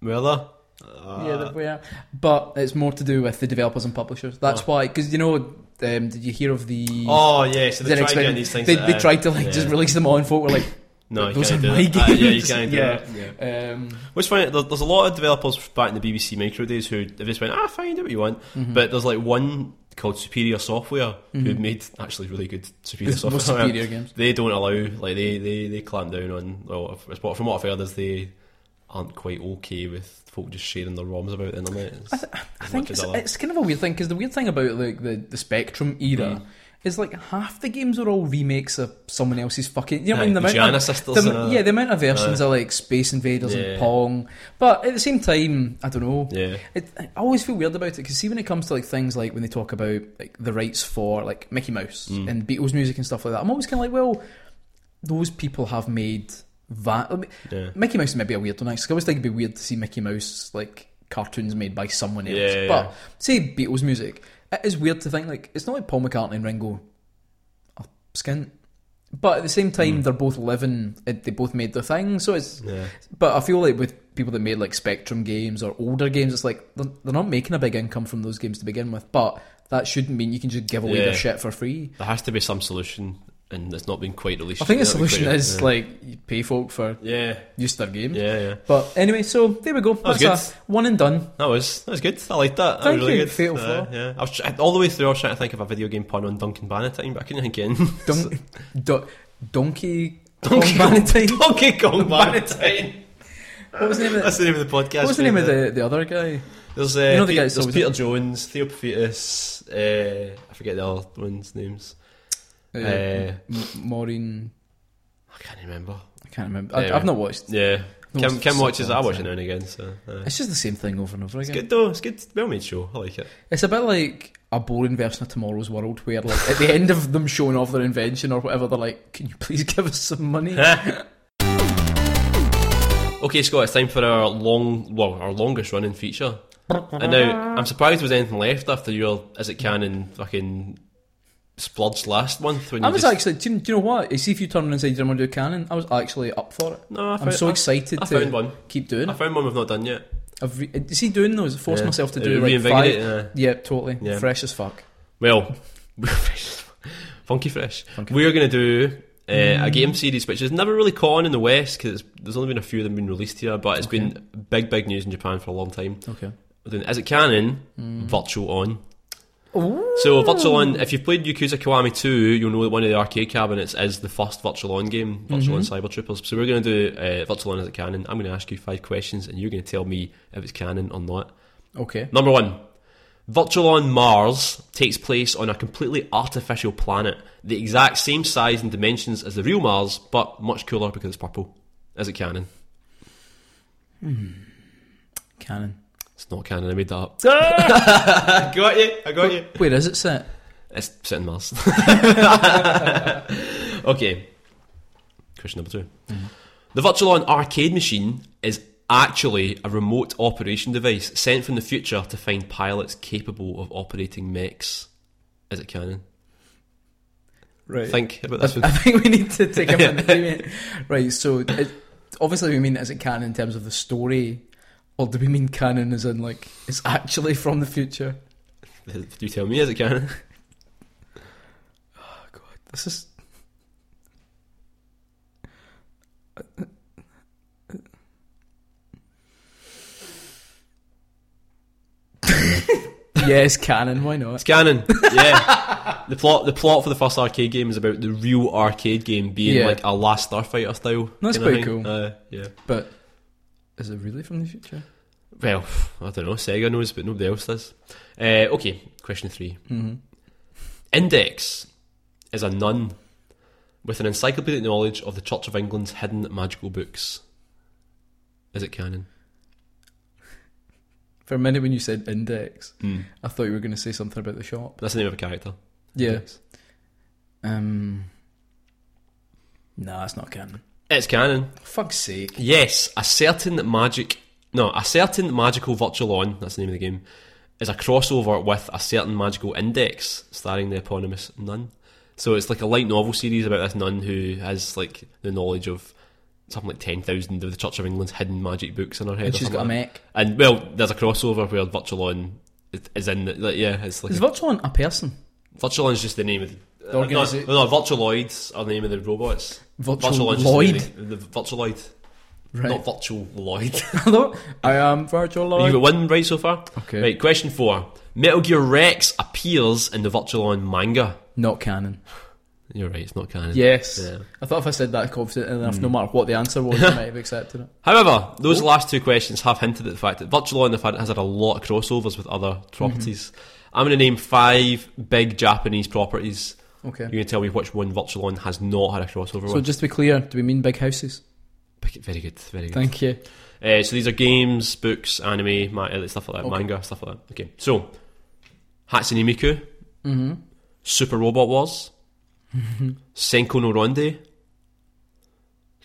Were there? Uh,
yeah, that we are. But it's more to do with the developers and publishers. That's why, because you know, um, did you hear of the?
Oh, yeah, so they
ZX
tried
Spectrum?
getting these things
They,
that,
they
uh,
tried to like just
yeah.
release them all, and folk were like,
No, you
"Those
can't
are
do
my
that. Ah, yeah, you
games.
can't do
Yeah.
that. Yeah.
um,
Which funny, there- there's a lot of developers back in the BBC micro days who have just went, ah, fine, do what you want.
Mm-hmm.
But there's like one called Superior Software who made actually really good Superior
The
Software.
Mm-hmm. most superior games.
They don't allow, like, they, they, they clamp down on, well, if- it's what- from what I've heard, is they aren't quite okay with folk just sharing their ROMs about the internet. It's-
I
as
think
much as
it's,
I like.
it's kind of a weird thing because the weird thing about like the, the Spectrum era
Mm.
is like half the games are all remakes of someone else's fucking. You know what I mean?
Aye, the
amount
Gianna
of,
sisters
the-
and-
yeah, the amount of versions are like Space Invaders
Yeah.
and Pong, but at the same time, I don't know.
Yeah.
It, I always feel weird about it because see when it comes to like things like when they talk about like the rights for like Mickey Mouse
Mm.
and Beatles music and stuff like that, I'm always kind of like, well, those people have made that. I mean,
Yeah.
Mickey Mouse might be a weird one actually. 'cause I always think it'd be weird to see Mickey Mouse like cartoons made by someone else.
Yeah, yeah,
but
yeah.
say Beatles music, it is weird to think like it's not like Paul McCartney and Ringo are skint. But at the same
Hmm.
time, they're both living. it- They both made their thing, so it's.
Yeah.
But I feel like with people that made like Spectrum games or older games, it's like they're, they're not making a big income from those games to begin with. But that shouldn't mean you can just give away
Yeah.
their shit for free.
There has to be some solution, and it's not been quite released.
I think the
yet. That'd be
solution
great.
is like you pay folk for
yeah,
use their games.
yeah, yeah.
But anyway, so there we go.
was
That's a one and done.
That was that was good. I liked that. That
Thank
was really
you,
good.
Fatal
Uh,
Flaw.
yeah, I was try- all the way through. I was trying to think of a video game pun on Duncan Bannatyne, but I couldn't think in
Don- do- donkey
Donkey
Kong Valentine.
Donkey Kong Bannatyne.
What was the name of
That's
the,
the name of the podcast.
what was the name of
yeah.
the, the other guy?
There's, uh,
You know the
Pe-
guy that's
there's
always-
Peter Jones, Theo Pafetus, uh, I forget the other ones' names.
Uh,
Uh,
M- Maureen.
I can't remember.
I can't remember. I,
Yeah.
I've not watched.
Yeah,
No,
Kim,
it's
Kim
so
watches. it. I
bad,
watch it
so.
now and again. So uh,
It's just the same thing over and over
it's
again.
good though. It's good. Well made show. I like it.
It's a bit like a boring version of Tomorrow's World, where like at the end of them showing off their invention or whatever, they're like, "Can you please give us some money?"
Okay, Scott, it's time for our long, well, our longest running feature. and now, I'm surprised there was anything left after your Is It Can and fucking Splurge last month. When
I
you
was
just,
actually. Do you, do you know what? You see, if you turn around and say, "Do you want to do canon?" I was actually up for it.
No, I
I'm
found-
so
I-
excited
I
to
found one.
keep doing
I
it.
found one we've not done yet.
I've re- you see, doing those, force
Yeah.
myself to
It
do like five.
reinvigorate it,
yeah, totally.
Yeah.
Fresh as fuck.
Well, Funky Fresh. We're going to do uh,
Mm.
a game series which has never really caught on in the West because there's only been a few of them been released here, but it's been big, big news in Japan for a long time.
Okay.
We're doing Is It Canon? Virtual On. So Virtual On, if you've played Yakuza Kiwami 2, you'll know that one of the arcade cabinets is the first Virtual On game, Virtual On Cyber Troopers. So we're going to do uh, Virtual On as it canon. I'm going to ask you five questions and you're going to tell me if it's canon or not.
Okay.
Number one, Virtual On Mars takes place on a completely artificial planet, the exact same size and dimensions as the real Mars, but much cooler because it's purple. Is it canon?
Canon.
It's not canon, I made that up. I got you, I got you.
Where is it set?
It's sitting Mars. okay. Question number 2 The Virtual On arcade machine is actually a remote operation device sent from the future to find pilots capable of operating mechs. Is it canon?
Right.
Think about this
I
one.
think we need to take a minute. do we? Right, so it, obviously we mean as it can in terms of the story, or do we mean canon as in like it's actually from the future?
Do tell me as it can.
This is. yes, canon. Why not?
Scanning. Yeah. the plot the plot for the first arcade game is about the real arcade game being
Yeah.
like a last starfighter style.
That's
kinda
pretty
thing.
cool.
Uh, yeah.
But is it really from the future?
Well, I don't know, Sega knows, but nobody else does. Uh, okay, question three.
Mhm.
Index is a nun with an encyclopedic knowledge of the Church of England's hidden magical books. Is it canon?
For a minute, when you said index, I thought you were going to say something about the shop.
That's the name of a character.
Yeah.
Index.
Um. Nah, it's not canon.
It's canon.
Fuck's sake.
Yes, a certain magic. No, a certain magical Virtualon, that's the name of the game, is a crossover with a certain magical index starring the eponymous nun. So it's like a light novel series about this nun who has like the knowledge of something like 10,000 of the Church of England's hidden magic books in her head.
And
or
she's
something
got a mech.
like that. And well, there's a crossover where Virtualon is- is in. The, like, yeah, it's like.
Is Virtual a person?
Virtualon's just the name of the. uh,
The organisa-
no, no, Virtualoids are the name of the robots.
Virtual
Virtualon's just
Lloyd?
the, name- the Virtualoid,
Right.
not Virtual Lloyd.
Hello? I am Virtual
You got
Lloyd.
one right so far.
Okay.
Right. Question four. Metal Gear Rex appears in the Virtualon manga.
Not canon.
You're right. It's not canon.
Yes.
Yeah. Hmm.
I thought if I said that confident enough, no matter what the answer was, I might have accepted it.
However, those last two questions have hinted at the fact that Virtualon the fact has had a lot of crossovers with other properties.
Mm-hmm.
I'm going to name five big Japanese properties.
Okay.
You're going to tell me which one Virtualon has not had a crossover
so
with.
just to be clear, do we mean big houses?
Pick- Very good. Very good.
Thank you.
Uh, so these are games, books, anime, ma- uh, stuff like that,
Okay.
manga, stuff like that. Okay, so Hatsune Miku,
Mm-hmm.
Super Robot Wars, Senko no Ronde,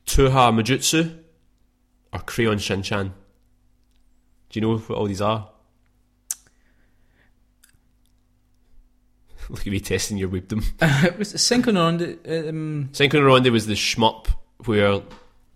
Tuha Majutsu, or Crayon Shinchan. Do you know what all these are? Look at me testing your wisdom.
it was Synchronon. Um,
Senko no Ronde was the shmup where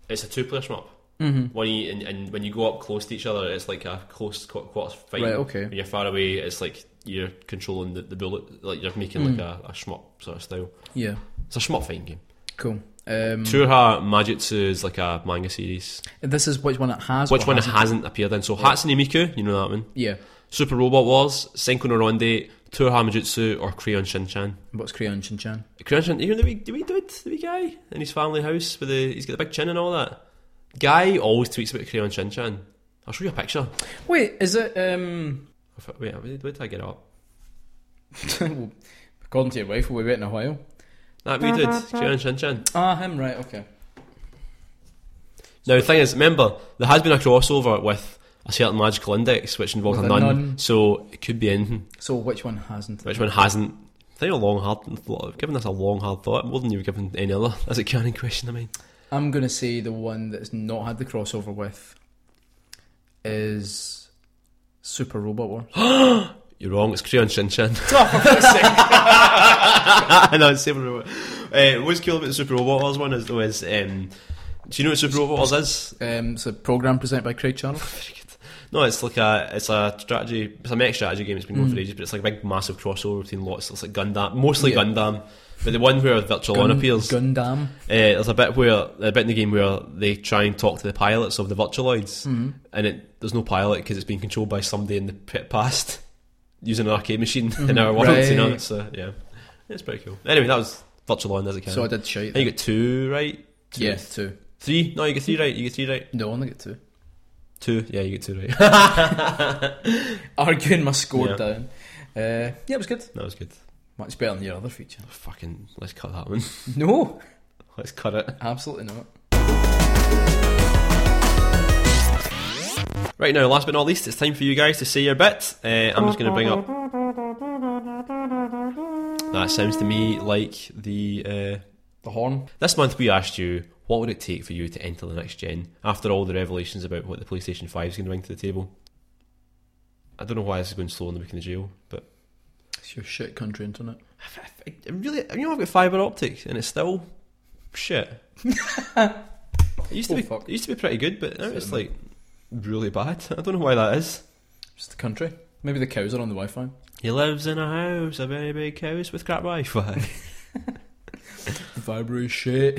it's a two-player shmup.
mhm.
When you and, and when you go up close to each other, it's like a close qu- quarter fight.
Right, okay.
When you're far away, it's like you're controlling the, the bullet, like you're making like
Mm.
a, a shmup sort of style.
Yeah,
It's a shmup fighting game.
cool. Um,
Turha Majutsu is like a manga series.
this is which one it has.
Which
or
one
hasn't.
hasn't appeared in? So Hatsune Miku, you know that one.
Yeah.
Super Robot Wars, Senko no Ronde, Turha Majutsu, or Crayon Shinchan.
What's Crayon Shin-chan?
Crayon Shinchan, you know the wee, the wee dude, the wee guy in his family house with the he's got the big chin and all that. Guy always tweets about Crayon Shinchan. I'll show you a picture.
Wait, is it? Um,
If- Wait, where did- where did I get it up?
well, according to your wife, we'll be waiting a while.
That wee dude, Crayon Shinchan.
Ah, him, right? Okay.
Now the thing is, remember there has been a crossover with a certain magical index which involved
With
a
a
nun,
nun.
so it could be anything.
So which one hasn't?
Which one hasn't? Think a long hard thought. Given this a long hard thought, more than you were given any other. That's a canon question. I mean,
I'm gonna say the one that's not had the crossover with is Super Robot Wars.
you're wrong. It's Crayon Shin Shin. no, it's Super Robot. Uh, what's cool about the Super Robot Wars one is though is um, do you know what Super Robot Wars is?
um, it's a program presented by Craig Charles.
No, it's like a it's a strategy. It's a mech strategy game. It's been going for ages, but it's like a big massive crossover between lots. It's like Gundam, mostly
Hmm. Yeah.
Gundam. But the one where Virtual One appears,
Gundam.
Uh, there's a bit where a bit in the game where they try and talk to the pilots of the Virtualoids,
Hmm.
and it, there's no pilot because it's being controlled by somebody in the p- past using an arcade machine in our world. You know,
Hmm. Right.
so yeah, it's pretty cool. Anyway, that was Virtualoid as it can.
So I did shite.
I think you got two right. Two.
yeah, two.
three. No, you got three right. You got three right.
No, I only get two.
Two. Yeah, you got two right. that
Arguing my score
Yeah.
down. Uh, yeah, it was good.
was good.
Much better than your other feature.
Fucking let's cut that one.
No,
let's cut it.
absolutely not.
Right now, last but not least, it's time for you guys to say your bit. Uh, I'm just going to bring up. That sounds to me like the. Uh,
The horn.
this month we asked you what would it take for you to enter the next gen after all the revelations about what the PlayStation 5 is going to bring to the table. I don't know why this is going slow in the week in the jail, but
It's your shit country internet.
I, I- I really, you know, I've got fiber optics and it's still shit. it used to
Oh,
be,
fuck.
it used to be pretty good, but now it's
Certainly.
like really bad. I don't know why that is.
It's the country. Maybe the cows are on the Wi-Fi.
He lives in a house, a very big house with crap Wi-Fi.
Vibrate shit.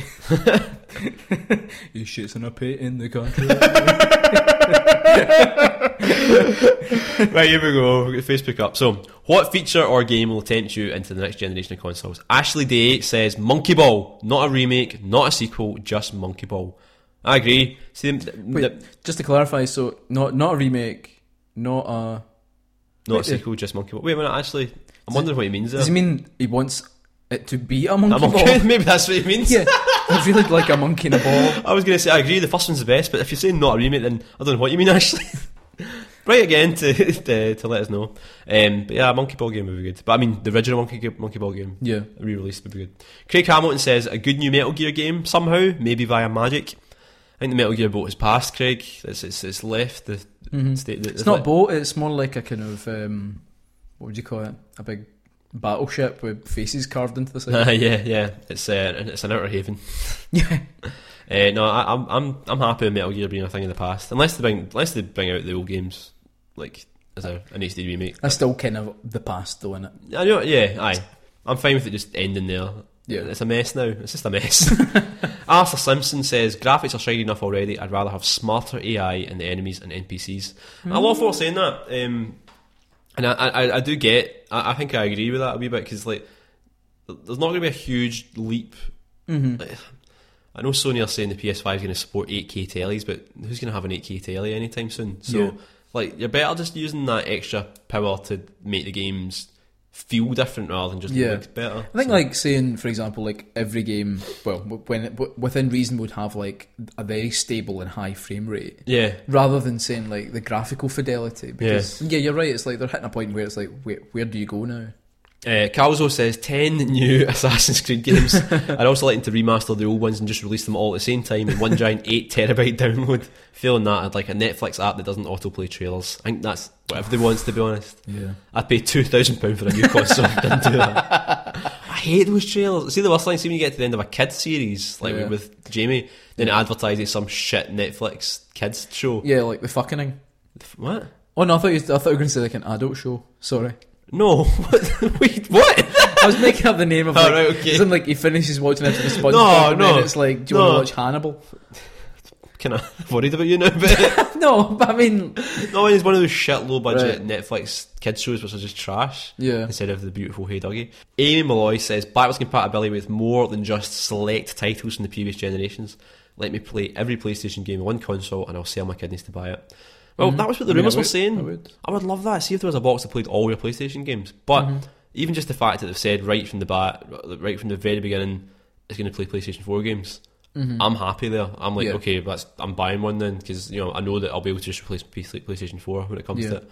he shits in a pit in the country.
right, here we go. We've got Facebook up. So, what feature or game will tempt you into the next generation of consoles? Ashley Day says Monkey Ball, not a remake, not a sequel, just Monkey Ball. I agree. See, the,
Wait,
the-
just to clarify, so not not a remake, not a.
not a
wait,
sequel, just Monkey Ball. Wait a minute, Ashley. I'm wondering what he means there.
Does he mean he wants it to be a monkey
a monkey?
ball?
Maybe that's what he means.
yeah, I feel like, like a monkey in a ball.
I was going to say, I agree, the first one's the best, but if you're saying not a remake, then I don't know what you mean, actually. right again to, to to let us know. Um, but yeah, a Monkey Ball game would be good. But I mean, the original Monkey, Monkey Ball game,
Yeah,
re release would be good. Craig Hamilton says, a good new Metal Gear game, somehow, maybe via magic. I think the Metal Gear boat has passed, Craig. It's, it's, it's left the
Mhm.
state. The,
it's not boat. It's more like a kind of um, what would you call it? A big battleship with faces carved into the side.
yeah, yeah. It's uh, it's an outer haven.
yeah,
Uh, no, I, I'm I'm I'm happy with Metal Gear being a thing of the past, unless they bring unless they bring out the old games like as a an HD remake.
that's still kind of the past, though, is it?
I know, yeah, aye. I'm fine with it just ending there.
Yeah.
It's a mess now. It's just a mess. Arthur Simpson says graphics are shiny enough already. I'd rather have smarter AI in the enemies and NPCs. I love for saying that. Um, and I, I, I do get, I, I think I agree with that a wee bit because like, there's not going to be a huge leap.
Mm-hmm.
Like, I know Sony are saying the PS5 is going to support 8K tellies, but who's going to have an 8K telly anytime soon? So,
Yeah.
like, you're better just using that extra power to make the games feel different rather than just
Yeah.
look better.
I think,
So-
like saying, for example, like every game, well, w- when it, w- within reason, would have like a very stable and high frame rate.
yeah,
rather than saying like the graphical fidelity. Because yeah, you're right. It's like they're hitting a point where it's like, where, where do you go now?
Uh, Calzo says 10 new Assassin's Creed games. I'd also like them to remaster the old ones and just release them all at the same time in one giant 8 terabyte download. Failing that, I'd like a Netflix app that doesn't autoplay trailers. I think that's what everybody wants, to be honest.
Yeah,
I'd pay £2,000 for a new console if I didn't do that. I hate those trailers. See, the worst thing, see when you get to the end of a kids series, like
Yeah.
with Jamie, then it advertises some shit Netflix kids show.
yeah, like the fucking.
What?
Oh no, I thought you, I thought you were going to say like an adult show. Sorry,
No. What? Wait, what?
I was making up the name of.
Oh,
Like,
right, okay.
'cause I'm like he finishes watching it with SpongeBob,
No,
and
no,
then it's like, do you
no.
want to watch Hannibal?
Kind of worried about you now, but...
no, but I mean,
No, it's one of those shit low budget Netflix kids shows which are just trash
yeah,
instead of the beautiful Hey Dougie. Amy Malloy says backwards compatibility with more than just select titles from the previous generations. Let me play every PlayStation game on one console and I'll sell my kidneys to buy it. Well, that was what the
Mm-hmm. I mean, I
rumours were
would-
saying.
I would.
I would love that. See if there was a box that played all your PlayStation games. But
Mm-hmm.
even just the fact that they've said right from the bat, right from the very beginning, it's going to play PlayStation 4 games. I'm happy there. I'm like,
Mm-hmm. Yeah.
okay, that's, I'm buying one then because you know I know that I'll be able to just replace P- PlayStation 4 when it comes to
Yeah.
it.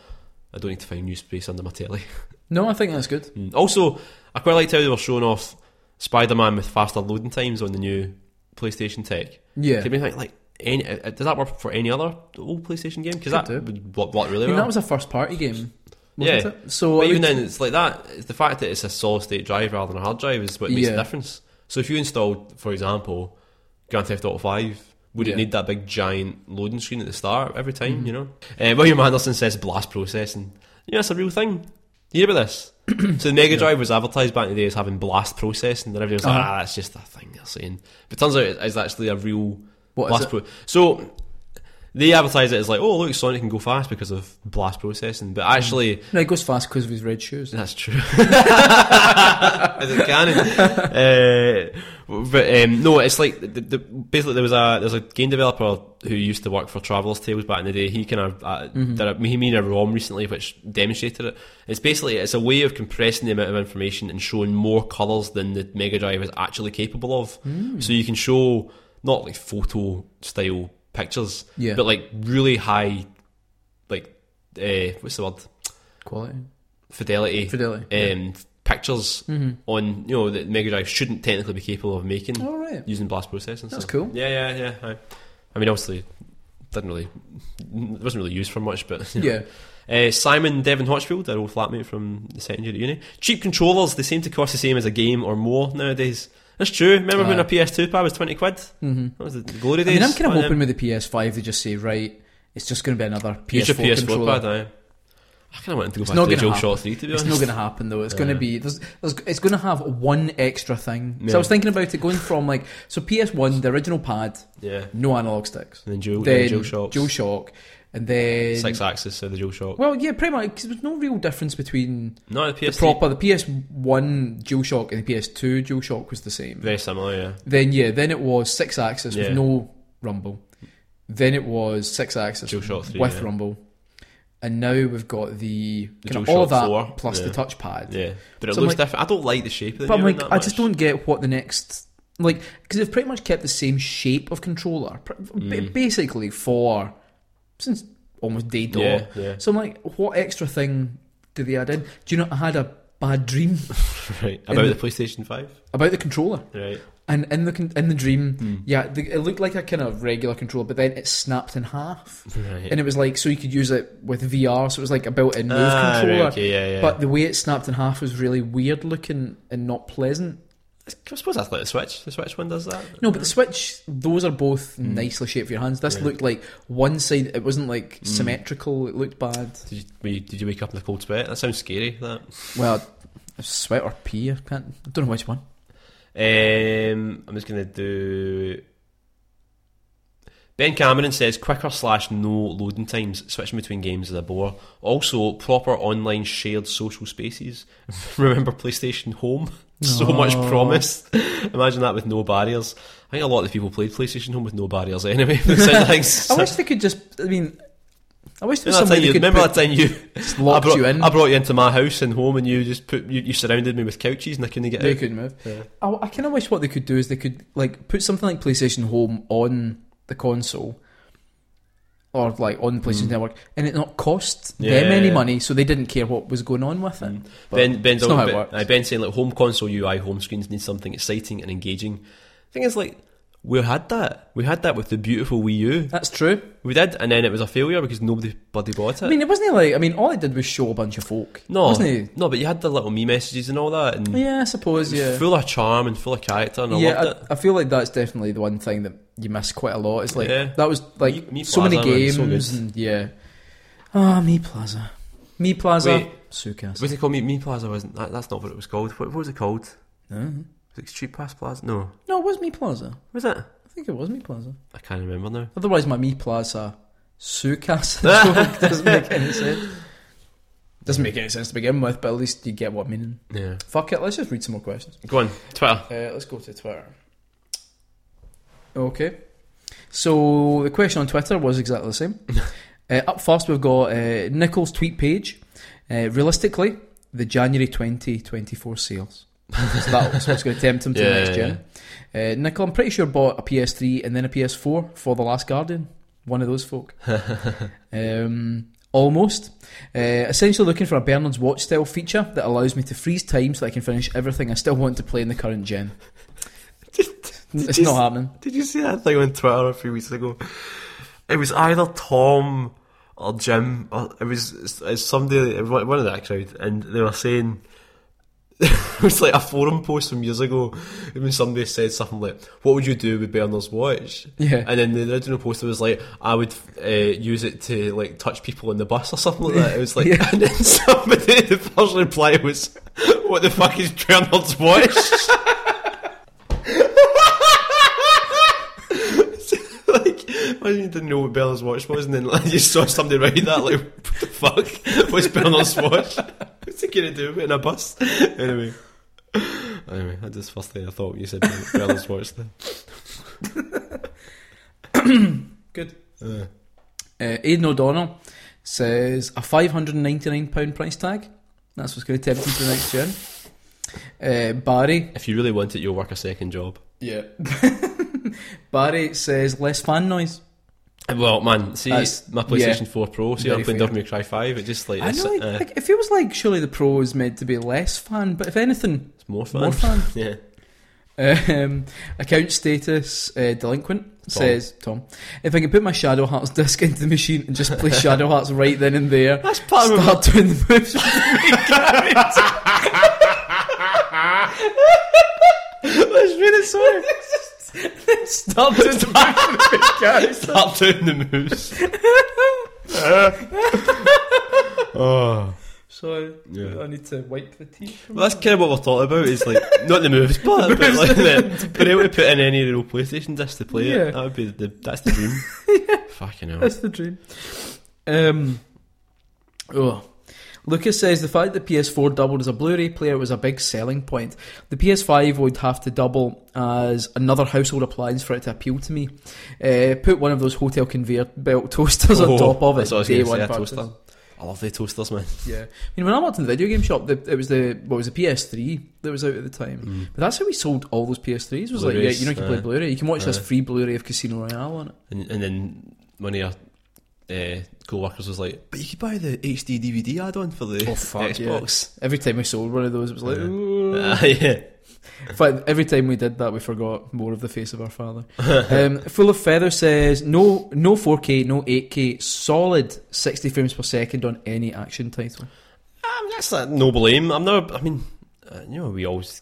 I don't need to find new space under my telly.
no, I think that's good.
Mm. Also, I quite liked how they were showing off Spider Man with faster loading times on the new PlayStation tech.
Yeah,
Did we think like any, uh, does that work for any other old PlayStation game? Because
Could
that
do.
would wo- work really
I mean,
well.
that was a first party game.
Yeah.
Wasn't It? So
but
I
even
would-
then, it's like that. It's the fact that it's a solid state drive rather than a hard drive is what makes the
Yeah.
difference. So if you installed, for example, Grand Theft Auto Five, would it
Yeah. Mm-hmm.
need that big giant loading screen at the start every time? You know. Uh, William Anderson says blast processing. Yeah, that's a real thing. You hear about this? so the Mega Drive was advertised back in the day as having blast processing, and everyone's like,
Uh-huh.
"Ah, that's just a thing they're saying." But turns out it's actually a real
What is
blast
it?
pro. So they advertise it as like, "Oh, look, Sonic can go fast because of blast processing,"
Mm-hmm.
but actually.
no, it goes fast because of his red shoes.
That's true. Is it canon? uh, but um, no, it's like the, the, basically there was a there's a game developer who used to work for Traveller's Tales back in the day. He kind of uh, did a, he made a ROM recently which demonstrated it. It's basically it's a way of compressing the amount of information and showing more colours than the Mega Drive is actually capable of. So you can show not like photo style pictures,
Yeah.
but like really high, like uh, what's the word?
Quality,
fidelity,
Fidelity,
um, pictures
Mm-hmm.
on you know that Mega Drive shouldn't technically be capable of making
all right.
using blast processing.
Oh. That's
so.
cool.
Yeah, yeah, yeah. aye. I mean, obviously, didn't really, it wasn't really used for much, but you know.
Yeah,
Uh, Simon Devon Hotchfield, our old flatmate from the second year at uni. Cheap controllers, they seem to cost the same as a game or more nowadays. That's true. Remember when
Aye.
a PS2 pad was 20 quid? Mm-hmm. That was the glory
I
days.
mean, I'm kind of
Why not?
hoping with the PS5 they just say, right, it's just going to be another
Use
PS4
your PS4
controller.
pad, aye. I kind of want him to go
It's
back
not
to the
gonna
DualShock
happen.
3, to be
It's
honest.
not going to happen though. It's going to be there's, there's, it's going to have one extra thing. So
Yeah.
I was thinking about it going from like so PS One, the original pad,
Yeah.
no analog sticks,
And then Dual,
then
then DualShock.
DualShock, and then
Six axis, so the DualShock.
well, yeah, pretty much because there's no real difference between
no, the
the
PS3.
proper the PS One DualShock and the PS Two DualShock was the same.
Very similar, yeah.
Then yeah, then it was six axis
Yeah.
with no rumble. Then it was six axis
DualShock 3,
with
yeah.
rumble, and now we've got the,
The
kind of all
DualShock
of that
4,
plus
yeah.
the touchpad.
Yeah. But it
So I'm
looks
like-
different. I don't like the shape of the
But I'm
new one
like,
that
I just
much.
don't get what the next like because they've pretty much kept the same shape of controller, pr-
Mm.
ba- basically for since almost day dot.
Yeah, yeah.
So I'm like, what extra thing do they add in? Do you know? I had a bad dream
Right. About
the-
the PlayStation 5.
about the controller. Hmm.
Right.
And in the con- in the dream, yeah, the, it looked like a kind of regular controller, but then it snapped in half,
Right.
and it was like so you could use it with VR, so it was like a built-in move
Ah, right,
controller.
okay, yeah, yeah.
But the way it snapped in half was really weird looking and not pleasant.
I suppose that's like the Switch. The Switch one does that.
No, but the Switch, those are both nicely shaped for your hands. This looked like one side; it wasn't like symmetrical. It looked bad.
Did you, were you- did you wake up in a cold sweat? That sounds scary, that.
Well, sweat or pee? I can't. I don't know which one.
Um, I'm just going to do. Ben Cameron says quicker slash no loading times, switching between games is a bore. Also, proper online shared social spaces. Remember PlayStation Home? So much promise. Imagine that with no barriers. I think a lot of the people played PlayStation Home with no barriers anyway. It sounds like-
I wish they could just. I mean, I wish there was some
Remember that
way
time
they
you,
could
remember
put-
that time you
just
I
locked
brought,
you in.
I brought you into my house and home, and you just put you, you surrounded me with couches, and I couldn't get
They
out.
couldn't move. I, I kind of wish what they could do is they could like put something like PlayStation Home on the console or like on the PlayStation Network, and it not cost them
Mm. Yeah. Mm.
any money, so they didn't care what was going on with it. But
Ben, Ben's
it's not how
always,
it
ben,
works.
aye, uh, Ben's saying like home console UI home screens need something exciting and engaging. Thing is, like we had that, we had that with the beautiful Wii U,
That's true.
we did, and then it was a failure because nobody bloody bought it.
I mean, it wasn't like I mean, all it did was show a bunch of folk.
no,
wasn't it?
no, but you had the little me messages and all that, and
Yeah, I suppose. Yeah,
full of charm and full of character, and I
yeah.
loved it.
I, I feel like that's definitely the one thing that you miss quite a lot. It's like
Yeah.
that was like
Me- Me
so many
Plaza, man,
games.
so good.
and, yeah. Ah, me plaza, me plaza.
Wait.
Sukas.
What's it called? Me, me Plaza wasn't that, that's not what it was called. What, what was it called?
No.
Was it Street Pass Plaza? No,
No, it was Me Plaza.
was it?
I think it was Me Plaza.
I can't remember now.
Otherwise, my Me Plaza Sukas joke doesn't make any sense. Doesn't make any sense to begin with, but at least you get what meaning.
Yeah,
Fuck it, let's just read some more questions.
go on Twitter.
Uh, let's go to Twitter. Okay. So the question on Twitter was exactly the same. uh, up first, we've got uh, Nichols' tweet page. Uh, realistically, the January 2024 sales. so that's what's going to tempt him to
Yeah,
next
yeah,
gen. Uh, Nicol, I'm pretty sure bought a PS3 and then a PS4 for The Last Guardian. One of those folk. um, almost. Uh, essentially looking for a Bernard's Watch style feature that allows me to freeze time so that I can finish everything I still want to play in the current gen. it's
you
not
s-
happening.
Did you see that thing on Twitter a few weeks ago? It was either Tom or Jim, or it was it's, it's somebody, it was one of that crowd, and they were saying. it was like a forum post from years ago when somebody said something like, "What would you do with Bernard's watch?"
Yeah.
and then the original poster was like, "I would uh, use it to like touch people on the bus or something like that." It was like,
Yeah.
and then somebody the first reply was, "What the fuck is Bernard's watch?" like, imagine you didn't know what Bella's watch was, and then like, you saw somebody write that, like, what the fuck? What's Bella's watch? What's he gonna do in a bus? Anyway. Anyway, that's just first thing I thought when you said Bella's watch then.
Good.
Uh,
Uh, Aidan O'Donnell says a £599 price tag. That's what's going to tempt him to the next gen. Uh, Barry.
if you really want it, you'll work a second job.
Yeah. Barry says less fan noise.
Uh, Well, man, see
That's-
my PlayStation
yeah.
4 Pro. See,
Very
I'm playing
fair.
Devil May Cry 5. It just like
I
it's,
know, like,
uh,
like, it feels like surely the pro is meant to be less fan, but if anything,
it's more fun.
more fun.
yeah,
Um, account status uh, delinquent says Tom. If I can put my Shadow Hearts disc into the machine and just play Shadow Hearts right then and there, that's
part of
start doing the moves.
let's read it. Sorry,
start doing the moves.
start doing the moves. Uh. Oh.
Sorry,
Yeah.
I need to wipe the teeth. From
Well, that's kind of what we're talking about. It's like not the moves part, but like the, being able to put in any real PlayStation disc to play
Yeah.
it. That would be the that's the dream. Fucking hell.
That's the dream. Um, oh. Lucas says the fact that PS4 doubled as a Blu-ray player was a big selling point. The PS5 would have to double as another household appliance for it to appeal to me. Uh, put one of those hotel conveyor belt toasters
Oh,
on top of it.
that's what I was
day
gonna say,
one
a
purchase.
toaster. I love the toasters, man.
Yeah, I mean, when I worked in the video game shop, the, it was the what was the PS3 that was out at the time. But that's how we sold all those PS3s. Was like, yeah,
Mm. Blu-rays, uh,
you know, you can
aye.
play Blu-ray. You can watch this
Aye.
free Blu-ray of Casino Royale on it.
And, and then one of your uh, co-workers was like, "But you could buy the HD DVD add-on for the
Oh, fuck,
Xbox."
Every time we sold one of those, it was like,
Yeah.
"Ooh."
Ah, yeah.
In fact, every time we did that, we forgot more of the face of our father. um, Full of Feather says no, no 4K, no 8K, solid 60 frames per second on any action title.
Um, that's a noble aim. I'm not. I mean, uh, you know, we always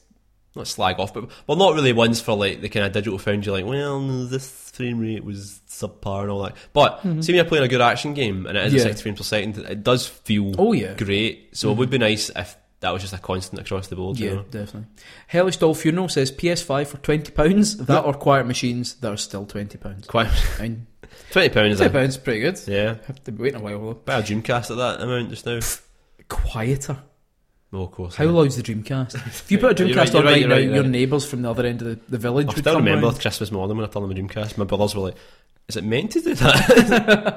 not slag off, but well, not really ones for like the kind of digital found you like, well, no, this frame rate was subpar and all that. But see, when you're playing a good action game and it is
Mm-hmm. Yeah.
a 60 frames per second, it does feel
Oh yeah, Mm-hmm.
great. So it would be nice if that was just a constant across the board.
yeah,
You know?
definitely. Hellish Doll Funeral says PS5 for twenty pounds. That or Quiet Machines that are still twenty pounds.
Quite
I mean,
twenty pounds.
twenty
eh?
pounds, is pretty good.
Yeah,
Have to be waiting a while though.
buy a Dreamcast at that amount just now.
Quieter.
Oh, of course.
How
yeah.
loud's the Dreamcast? If you put a Dreamcast
You're
on
right, you're right,
right,
you're
now,
right, you're
your
right.
neighbours from the other end of the, the village
I
would
still
come
remember
round.
Christmas morning when I turned on my Dreamcast. My brothers were like, "Is it meant to do that?"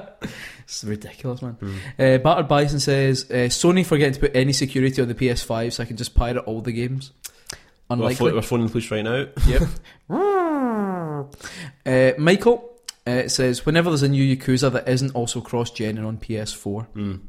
It's ridiculous, man.
Hmm.
Uh, Battered Bison says uh, Sony forgetting to put any security on the PS5, so I can just pirate all the games.
we're, pho-
Unlikely.
we're phoning the police right now.
yep. uh, Michael uh, says whenever there's a new Yakuza that isn't also cross-gen and on PS4.
Mm.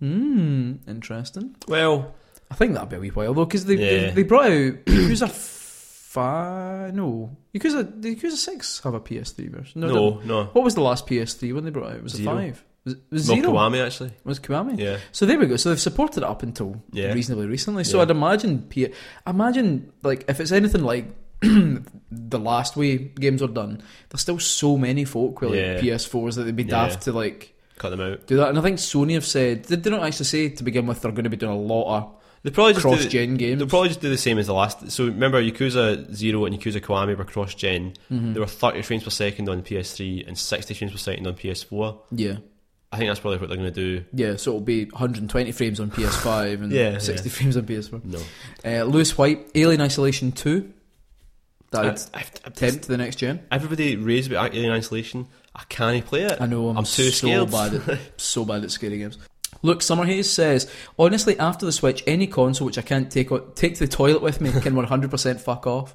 Hmm, interesting.
Well,
I think that'll be a wee while though, because they, they
Yeah.
they brought out Yakuza five. No, Yakuza the Yakuza six have a PS3 version. No,
no,
they-
no.
What was the last PS3 when they brought it? out? Was it
Zero.
five? Was it, was
Well,
zero?
Kiwami, actually.
Was it Kiwami?
Yeah.
So there we go. So they've supported it up until
Yeah.
reasonably recently. So
Yeah.
I'd imagine, P- imagine like if it's anything like the last way games were done, there's still so many folk with like
Yeah.
PS4s that they'd be
Yeah.
daft to like
Cut them out.
do that. And I think Sony have said they, they don't actually say to begin with they're going to be doing a lot
They probably
of
just
cross
do,
gen games.
They'll probably just do the same as the last. So remember, Yakuza Zero and Yakuza Kiwami were cross-gen.
Mm-hmm.
They were 30 frames per second on PS3 and 60 frames per second on PS4.
yeah,
I think that's probably what they're going to do.
yeah. So it'll be 120 frames on PS5 and
Yeah,
60 frames on PS4.
No,
Uh, Lewis White, Alien Isolation 2. That would
I- I've- I've-
tempt the next gen.
everybody raves about Alien Isolation. I can't play it.
I know I'm,
I'm too
so
scared.
bad at so bad at scary games. Look, Summerhaze says, honestly, after the Switch, any console which I can't take o- take to the toilet with me can 100% fuck off.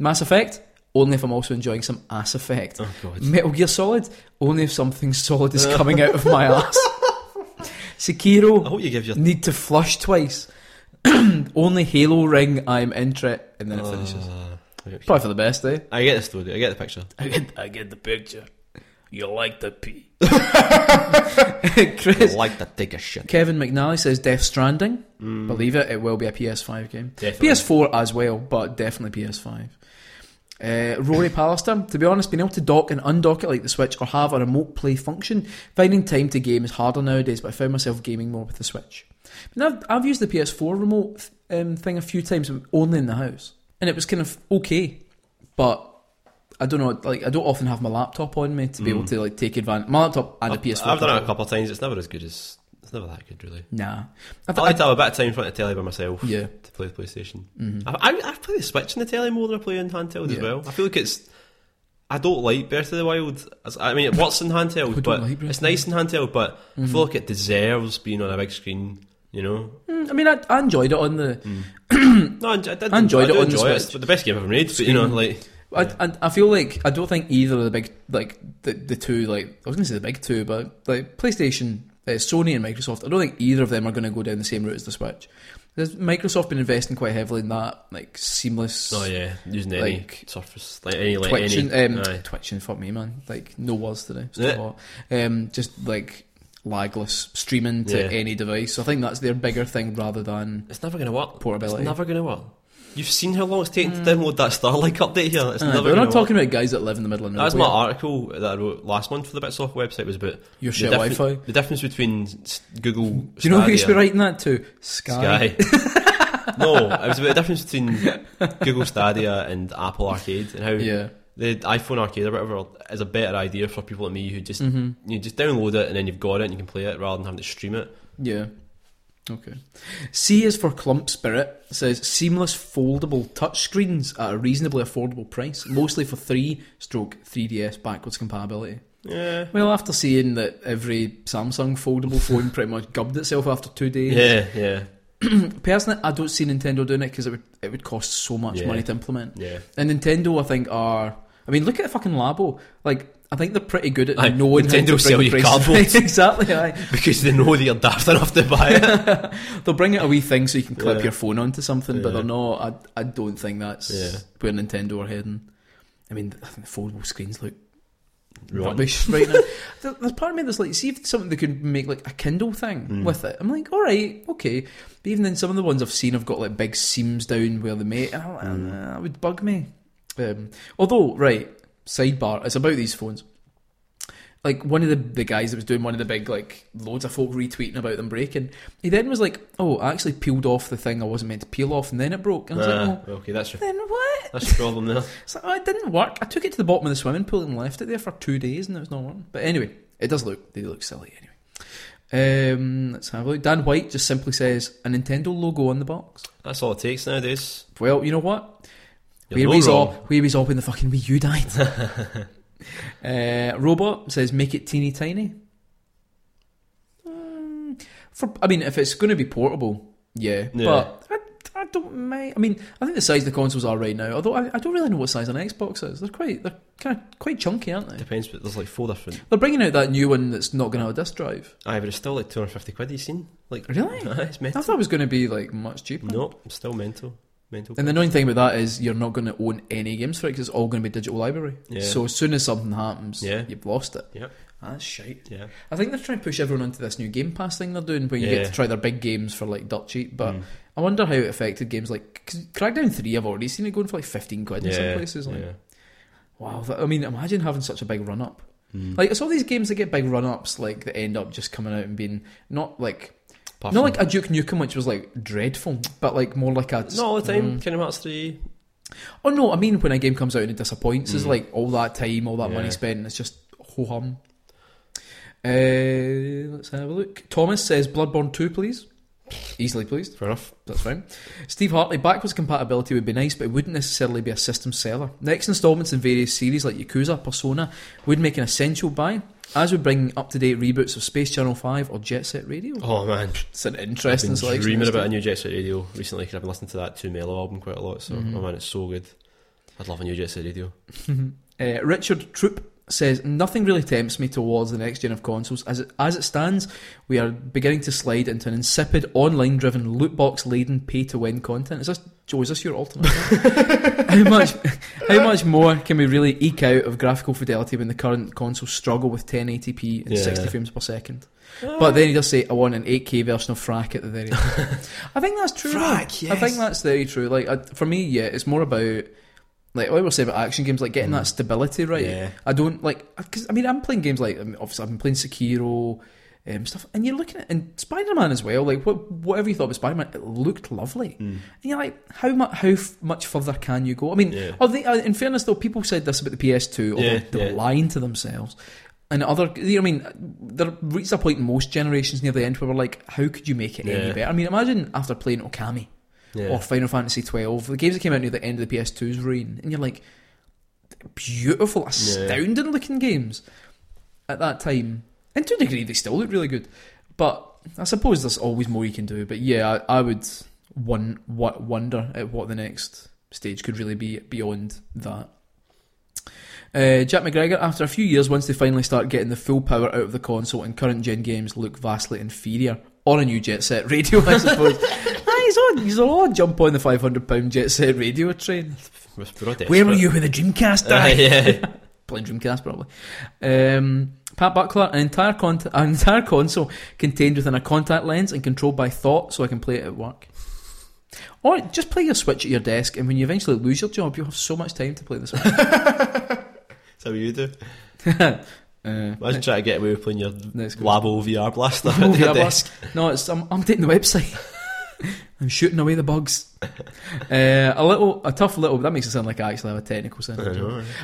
Mass Effect, only if I'm also enjoying some ass effect.
Oh god.
Metal Gear Solid, only if something solid is coming out of my ass. Sekiro,
I hope you give your.
need to flush twice. only Halo ring, I'm intre, and then it finishes.
Uh, okay.
Probably for the best, eh?
I get the story. I get the picture.
I get, I get the picture. You like the pee. Chris,
like to take a shit.
Kevin McNally says Death Stranding. Believe it, it will be a PS5 game.
Mm. Definitely.
PS4 as well, but definitely PS5. Uh, Rory Pallister, to be honest, being able to dock and undock it like the Switch or have a remote play function, finding time to game is harder nowadays, but I found myself gaming more with the Switch. And I've, I've used the PS4 remote um, thing a few times, but only in the house. And it was kind of okay, but I don't know, like, I don't often have my laptop on me to be able to, like, take advantage. My laptop and a PS4.
Mm. I've done it a
controller.
couple of times. It's never as good as. It's never that good, really.
Nah. I
I
th-
like to have a bit of time in front of the telly by myself.
Yeah. Mm-hmm.
To play the PlayStation. I, I, I play the Switch and the telly more than I play on handheld as
Yeah.
well. I feel like it's. I don't like Breath of the Wild. as- I mean, it works in handheld,
don't
but
like Breath
it's
of the Mm-hmm.
nice in handheld, but I feel like it deserves being on a big screen, you know?
I mean, I, I enjoyed it on the.
Mm. No, I, I did,
I enjoyed
I do
it on the
enjoy It's
Switch.
the best game I've ever made, but you know, like.
I, I, I feel like I don't think either of the big like the the two like I was going to say the big two, but like PlayStation, uh, Sony, and Microsoft. I don't think either of them are going to go down the same route as the Switch. There's, Microsoft been investing quite heavily in that like seamless
Oh, yeah. Using any
Like-
surface. Like, any. Like,
twitching,
any
um,
aye.
twitching. Fuck me, man. Like no words today. It's too
Yeah.
hot. Um, just like lagless streaming to
Yeah.
any device. So I think that's their bigger thing rather than
It's never going to work.
Portability.
It's never going to work. You've seen how long it's taken to download that Starlink update here. It's
Uh, but
never
we're
gonna
not
work.
talking about guys that live in the middle of nowhere.
That's my article that I wrote last month for the Bitsoft website was about
Your
the
shit
difference-
Wi-Fi.
The difference between s- Google.
Do you know who you should be
Stadia
writing that to? Sky.
and Sky. no, it was about the difference between Google Stadia and Apple Arcade and how
Yeah.
the iPhone Arcade or whatever is a better idea for people like me who just
Mm-hmm.
you just download it and then you've got it and you can play it rather than having to stream it.
Yeah. Okay. C is for Clump Spirit. It says seamless foldable touchscreens at a reasonably affordable price, mostly for 3 stroke 3DS backwards compatibility.
Yeah.
Well, after seeing that every Samsung foldable phone pretty much gubbed itself after two days,
Yeah, yeah,
personally, I don't see Nintendo doing it because it would, it would cost so much
Yeah.
money to implement.
yeah.
And Nintendo, I think, are. I mean, look at fucking Labo. Like, I think they're pretty good at
Aye,
knowing how to
Nintendo
bring
sell you
prices-
cardboard.
exactly. Aye.
Because they know that you're daft enough to buy it.
They'll bring out a wee thing so you can clip
Yeah.
your phone onto something, but
Yeah.
they're not. I, I don't think that's
Yeah.
where Nintendo are heading. I mean, I think the foldable screens look
Right.
rubbish right now. There- There's part of me that's like, see if something they could make like a Kindle thing with it. I'm like, all right, okay. But even then, some of the ones I've seen have got like big seams down where they make, and I'm like, "Ah, that would bug me. Um, although, right, sidebar, it's about these phones. Like one of the, the guys that was doing one of the big like loads of folk retweeting about them breaking, he then was like, "Oh, I actually peeled off the thing I wasn't meant to peel off, and then it broke." And I was
Ah,
like, "Oh,
okay, that's your
then what?"
that's your problem there.
It's like, oh, it didn't work. I took it to the bottom of the swimming pool and left it there for two days and it was not working. But anyway, it does look, they look silly anyway. Um, let's have a look. Dan White just simply says, a Nintendo logo on the box.
That's all it takes nowadays.
Well, you know what?
You're
Where
no
was, all,
wrong.
where was all when the fucking Wii U died? uh, Robot says, make it teeny tiny. Mm, for, I mean, if it's going to be portable, yeah.
Yeah.
But I, I don't mind. I mean, I think the size the consoles are right now, although I, I don't really know what size an Xbox is. They're quite, they're kind of quite chunky, aren't they?
Depends, but there's like four different.
They're bringing out that new one that's not going to have a disk drive.
Aye, but it's still like 250 quid, you seen? Like,
Really?
Aye, it's
I
mental.
thought it was going to be like much cheaper.
No, it's still mental. Mental.
And the annoying thing about that is you're not going to own any games for it because it's all going to be digital library.
Yeah.
So as soon as something happens,
Yeah.
you've lost it.
Yep.
Ah, That's shite.
Yeah.
I think they're trying to push everyone onto this new Game Pass thing they're doing where you get
Yeah. Mm.
to try their big games for like dirt cheap. But I wonder how it affected games like 'cause Crackdown 3, I've already seen it going for like 15 quid in some places. Like,
yeah.
Wow, that, I mean, imagine having such a big run up.
Mm.
Like it's all these games that get big run ups, like that end up just coming out and being not like
Apart
not
from-
like a Duke Nukem, which was like dreadful, but like more like a
not all the
mm.
time. Kingdom Hearts 3.
Oh no, I mean when a game comes out and it disappoints, it's like all that time, all that money
Mm. Yeah.
spent, and it's just ho hum. Uh, let's have a look. Thomas says Bloodborne two, please. Easily pleased.
Fair enough.
That's fine. Steve Hartley, backwards compatibility would be nice, but it wouldn't necessarily be a system seller. Next installments in various series like Yakuza, Persona would make an essential buy, as would bringing up to date reboots of Space Channel 5 or Jet Set Radio.
Oh, man.
It's an
I've been
interesting selection.
dreaming
isn't
about a
it?
new Jet Set Radio recently because I've been listening to that 2 Mellow album quite a lot. So,
Mm-hmm.
oh, man, it's so good. I'd love a new Jet Set Radio.
Uh, Richard Troop says nothing really tempts me towards the next gen of consoles. As it, as it stands, we are beginning to slide into an insipid online-driven loot box laden pay-to-win content. Is this Joe? Is this your ultimate? goal? how much how much more can we really eke out of graphical fidelity when the current consoles struggle with 1080p and
Yeah.
60 frames per second? But then he does say, "I want an 8K version of Frack at the very." end." I think that's true. though.
Frack,
I think
yes.
that's very true. Like I, for me, yeah, it's more about like what I was saying about action games, like getting that stability right.
Mm. Yeah.
I don't like because I mean I'm playing games like I mean, obviously I've been playing Sekiro, um, stuff, and you're looking at and Spider Man as well. Like what whatever you thought about Spider Man, it looked lovely,
Mm.
and you're like, how much how f- much further can you go? I mean,
Yeah.
are they, uh, in fairness though, people said this about the PS2, although
Yeah,
they were
yeah.
lying to themselves. And other, you know, I mean, there reached a point in most generations near the end where we're like, how could you make it any
Yeah.
better? I mean, imagine after playing Okami,
Yeah.
or Final Fantasy twelve, the games that came out near the end of the PS2's reign, and you're like, beautiful, astounding looking games at that time. And to a degree, they still look really good. But I suppose there's always more you can do. But yeah, I, I would one, what, wonder at what the next stage could really be beyond that. Uh, Jack McGregor, after a few years, once they finally start getting the full power out of the console and current gen games look vastly inferior, or a new Jet Set radio, I suppose. Aye, he's all, he's all jump on the £500 Jet Set radio train.
Oh, We're- we're desperate.
Where were you when the Dreamcast
Ah,
died?
yeah.
playing Dreamcast probably. Um, Pat Buckler, an entire con- an entire console contained within a contact lens and controlled by thought, so I can play it at work. Or just play your Switch at your desk, and when you eventually lose your job, you'll have so much time to play the Switch.
Is that what you do?
uh,
Imagine trying to get away with playing your
Next question.
Labo VR blaster at
Movie
your
Hour.
desk.
No, it's I'm, I'm taking the website. I'm shooting away the bugs. Uh, a little, a tough little. That makes it sound like I actually have a technical sense.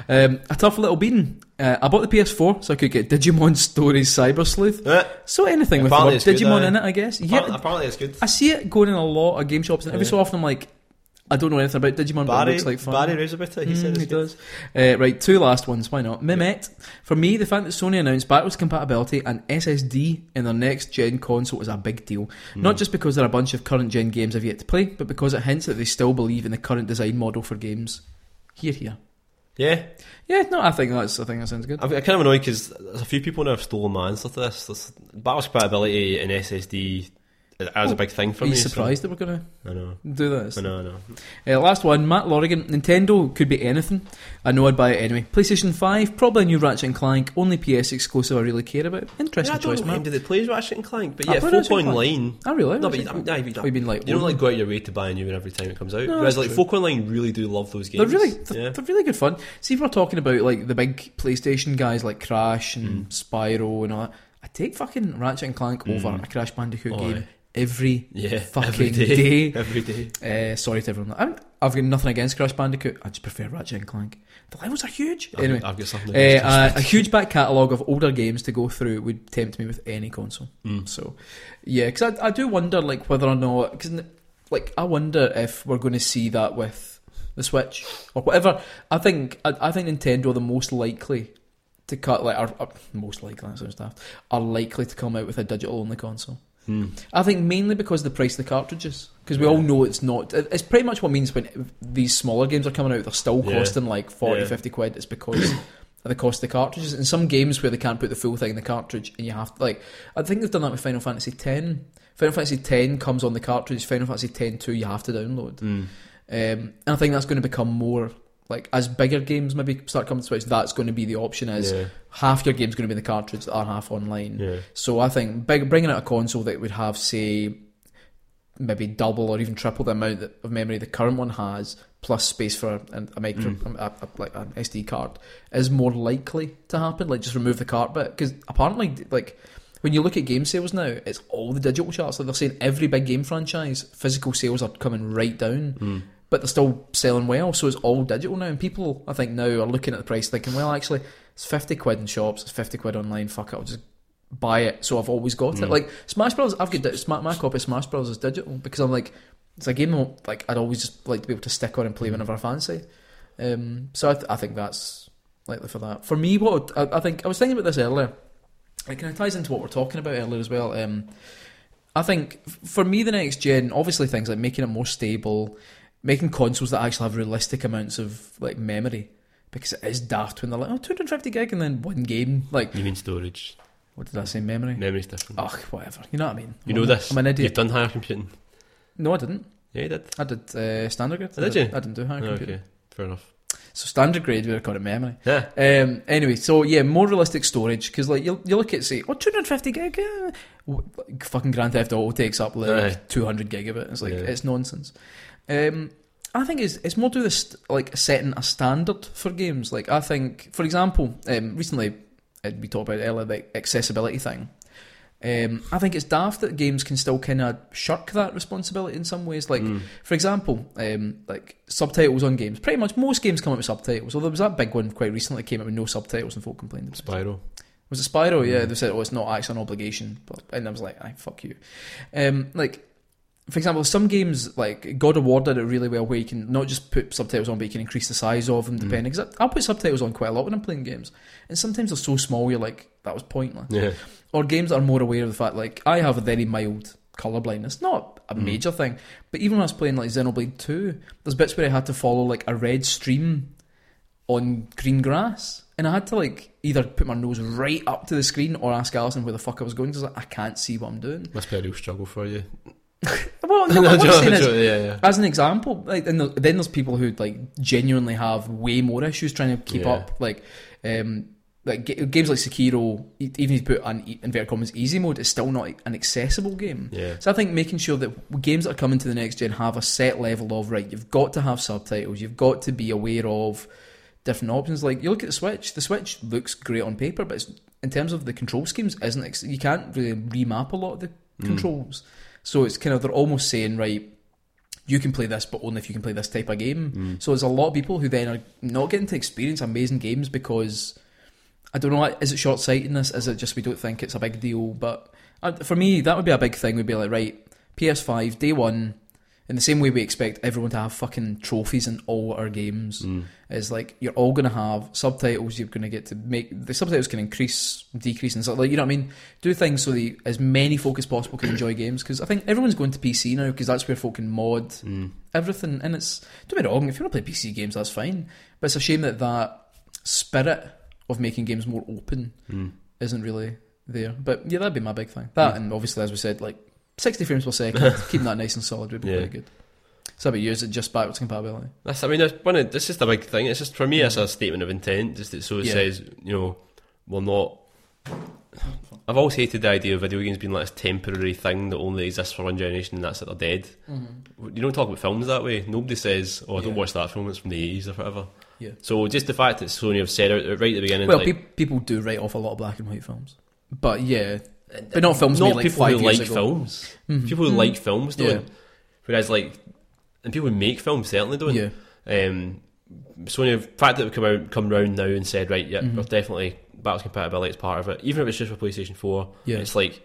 Um, a tough little beating. Uh, I bought the PS4 so I could get Digimon Stories Cyber Sleuth.
Eh,
So anything with the
Apparently
word
it's good,
Digimon
eh?
in it, I guess.
yeah.
Yeah,
Apparently it's good.
I see it going in a lot of game shops, and every
Yeah.
so often I'm like, I don't know anything about Digimon, but it
Barry,
looks like fun.
Barry knows about it. He
Mm,
said it's
he
good.
does. Uh, right, two last ones. Why not? Mimette. For me, the fact that Sony announced backwards compatibility and SSD in their next gen console is a big deal.
Hmm.
Not just because there are a bunch of current gen games I've yet to play, but because it hints that they still believe in the current design model for games. Here, here.
Yeah,
Yeah, no, I think that's. I think that sounds good.
I'm, I'm kind of annoyed because there's a few people now have stolen my answer to this. There's, backwards compatibility and SSD is is a big thing for
Oh, Are you
me. so-
surprised that we're gonna
I know.
do this?
I know. I know.
Uh, last one, Matt Lorigan. Nintendo could be anything. I know I'd buy it anyway. PlayStation Five, probably a new Ratchet and Clank. Only PS exclusive. I really care about. Interesting
Yeah, I don't
choice,
know
Matt.
do they play Ratchet and Clank, but
I
yeah,
play
Folk
Ratchet and Clank.
Online.
I really.
No, but
Ratchet
you,
and
I'm,
Clank.
no, you don't,
We've been like,
you don't like go out your way to buy a new one every time it comes out.
No,
Whereas
that's
like
true.
Folk Online really do love those games.
They're really, they're,
yeah.
they're really good fun. See, if we're talking about like the big PlayStation guys like Crash
Mm.
and Spyro and all that, I take fucking Ratchet and Clank over a Crash Bandicoot
Oh,
game
aye.
every
yeah,
fucking
every day,
day.
every day.
Uh, sorry to everyone. I'm, I've got nothing against Crash Bandicoot. I just prefer Ratchet and Clank. The levels are huge. Anyway,
I've, I've got something.
uh,
against this.
a, a huge back catalogue of older games to go through would tempt me with any console. So, yeah, because I, I do wonder like whether or not because like I wonder if we're going to see that with the Switch or whatever. I think I, I think Nintendo are the most likely to cut like are, are most likely that sounds daft are likely to come out with a digital only console.
Hmm.
I think mainly because of the price of the cartridges, because we all know it's not. it- It's pretty much what it means when these smaller games are coming out; they're still
Yeah.
costing like 40,
Yeah.
50 quid. It's because of the cost of the cartridges. In some games where they can't put the full thing in the cartridge, and you have to like, I think they've done that with Final Fantasy X. Final Fantasy X comes on the cartridge. Final Fantasy X 2 you have to download.
Mm.
Um, and I think that's going to become more like as bigger games maybe start coming to Switch. That's going to be the option is
Yeah.
half your game's going to be in the cartridge, the other half online.
Yeah.
So I think big, bringing out a console that would have, say, maybe double or even triple the amount that- of memory the current one has, plus space for a, a micro, a, a- like an SD card, is more likely to happen. Like just remove the cart bit because apparently, like. When you look at game sales now, it's all the digital charts. Like they're saying every big game franchise, physical sales are coming right down, but they're still selling well. So it's all digital now. And people, I think, now are looking at the price thinking, well, actually, it's 50 quid in shops, it's 50 quid online, fuck it, I'll just buy it, so I've always got it. Like Smash Bros, I've got di- Sma- my copy of Smash Bros is digital because I'm like it's a game I'm- like I'd always just like to be able to stick on and play whenever I fancy. Um, so I, th- I think that's likely for that. For me, what would- I, I think I was thinking about this earlier. It kind of ties into what we're talking about earlier as well. Um, I think f- for me, the next gen, obviously things like making it more stable, making consoles that actually have realistic amounts of like memory. Because it is daft when they're like, oh, 250 gig and then one game. Like,
You mean storage?
what did I say? Memory?
Memory's different.
Ugh, whatever. You know what I mean?
you
Oh, I'm
know
an-
this.
I'm an
You've
idiot.
done higher computing.
No, I didn't.
Yeah, you did.
I did uh, standard grade.
Oh, did
I
you?
I didn't do higher
Oh,
computer.
okay, fair enough.
So standard grade, we call it memory.
Yeah.
Um, anyway, so yeah, more realistic storage because like you you look at say, oh, 250 gig, eh, w- fucking Grand Theft Auto takes up like
Aye.
200 gig of it. It's like
Yeah.
it's nonsense. Um, I think it's it's more to this like setting a standard for games. Like I think, for example, um, recently uh, we talked about it earlier the accessibility thing. Um, I think it's daft that games can still kind of shirk that responsibility in some ways.
Hmm.
Like, for example, um, like subtitles on games. Pretty much most games come out with subtitles. Although there was that big one quite recently that came out with no subtitles and folk complained. About it.
Spiral.
Was it Spyro? Yeah, they said, oh, it's not actually an obligation. But, and I was like, I fuck you. Um, like, for example, some games, like God of War did it really well, where you can not just put subtitles on, but you can increase the size of them, depending. Because I'll put subtitles on quite a lot when I'm playing games. And sometimes they're so small, you're like, that was pointless
Yeah.
or games that are more aware of the fact like I have a very mild colour blindness, not a major thing. But even when I was playing like Xenoblade Two, there's bits where I had to follow like a red stream on green grass, and I had to like either put my nose right up to the screen or ask Alison where the fuck I was going because I can't see what I'm doing.
Must be a real struggle for you.
Well, no, what I'm
Joe-
saying is,
Joe, yeah, yeah.
as an example, like and th- then there's people who like genuinely have way more issues trying to keep
Yeah.
up. Like, um, like ga- games like Sekiro, e- even if you put on e- inverted commas easy mode, it's still not an accessible game.
Yeah.
So I think making sure that games that are coming to the next gen have a set level of right, you've got to have subtitles, you've got to be aware of different options. Like you look at the Switch, the Switch looks great on paper, but it's, in terms of the control schemes, isn't ex- you can't really remap a lot of the
Hmm.
controls. So it's kind of they're almost saying right, you can play this, but only if you can play this type of game. So there's a lot of people who then are not getting to experience amazing games because I don't know. like, Is it short sightedness? Is it just we don't think it's a big deal? But uh, for me, that would be a big thing. Would be like right, PS5 day one. In the same way we expect everyone to have fucking trophies in all our games, is like you're all gonna have subtitles. You're gonna get to make the subtitles can increase, decrease, and stuff. Like you know what I mean? Do things so that as many folk as possible can enjoy games because I think everyone's going to PC now because that's where folk can mod everything. And it's don't be wrong if you want to play PC games, that's fine. But it's a shame that that spirit of making games more open
Hmm.
isn't really there. But yeah, that'd be my big thing. That and obviously, as we said, like sixty frames per second, keeping that nice and solid would be
Yeah.
really good. So about you, is it just backwards compatibility?
That's I mean that's one of, that's just a big thing. It's just for me it's a statement of intent. Just that, so it
Yeah.
says you know we're not. I've always hated the idea of video games being like this temporary thing that only exists for one generation and that's it, they're dead.
Mm-hmm.
You don't talk about films that way. Nobody says, "Oh, I don't
Yeah.
watch that film; it's from the 80s or whatever."
Yeah.
So just the fact that Sony have said it right at the beginning,
Well,
like,
peop people do write off a lot of black and white films, but yeah, but not films.
not
made, like,
people who
five years
like
ago. Mm-hmm.
films. People who like films
Yeah.
don't. Whereas like, and people who make films certainly don't.
Yeah,
Um, Sony, the fact that we come out, come round now and said, right, yeah,
Mm-hmm.
we're definitely backwards compatibility is part of it. Even if it's just for PlayStation Four,
Yeah.
it's like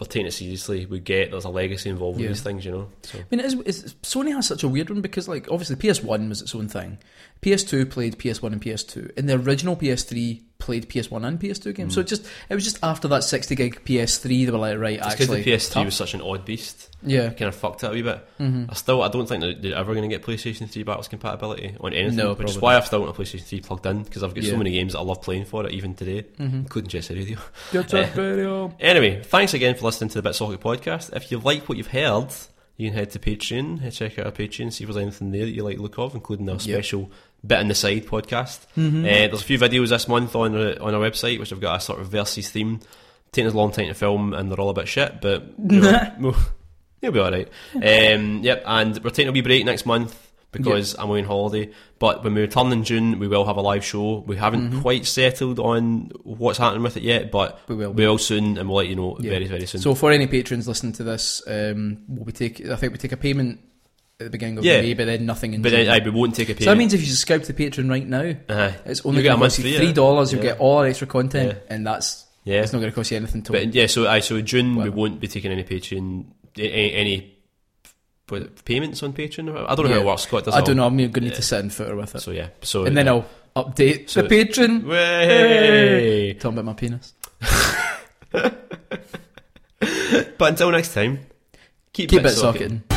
we're taking it seriously. We get there's a legacy involved
Yeah.
with these things, you know. So
I mean, it is, it's, Sony has such a weird one because, like, obviously PS1 was its own thing. PS2 played PS1 and PS2, and the original PS3 played PS1 and PS2 games. So it just it was just after that 60 gig PS3 they were like, right,
Mm. it's
actually,
because the PS3
tough.
was such an odd beast.
yeah, Mm-hmm.
It kind of fucked it a wee bit. I still, I don't think that they're ever going to get PlayStation Three backwards compatibility on anything.
No,
which is
probably
why I've still got a PlayStation Three plugged in because I've got
Yeah. Mm-hmm.
so many games that I love playing for it, even today, including Jesse Radio.
Get
Eh.
up, video.
Anyway, thanks again for listening to the Bitsocket podcast. If you like what you've heard, you can head to Patreon, head check out our Patreon, see if there's anything there that you like the look of, including our special Bit in the Side podcast.
Mm-hmm.
Uh, there's a few videos this month on, our- on our website, which have got a sort of versus theme. Taking us a long time to film, and they're all a bit shit, but you know, we'll, you'll be alright. Um, yep, and we're taking a wee break next month. Because I'm away on holiday, but when we return in June, we will have a live show. We haven't quite settled on what's happening with it yet, but
Mm-hmm. We will.
we will soon, and we'll let you know
Yeah.
very, very soon.
So for any patrons listening to this, um, we'll be take. I think we take a payment at the beginning of
Yeah.
the May, but then nothing in
but
June.
then, I, we won't take a payment. Uh-huh.
so that means if you subscribe to Patreon right now,
Aye.
it's only going
You'll get a
to
month
cost you
free,
three
yeah.
dollars. You'll
Yeah.
get all our extra content,
Yeah.
and that's
Yeah.
it's not going to cost you anything. Till
but yeah, so I so June we
Well.
won't be taking any Patreon any, any p- payments on Patreon. or- I don't know how
Yeah.
it works. Scott does.
I
it
don't know.
all.
I'm going to need
Yeah.
to sit in footer with it.
So yeah, so
and then I'll update
So-
the patron.
Way.
Talking about my penis.
But until next time, keep,
Keep
it
it
socketed.
socketing.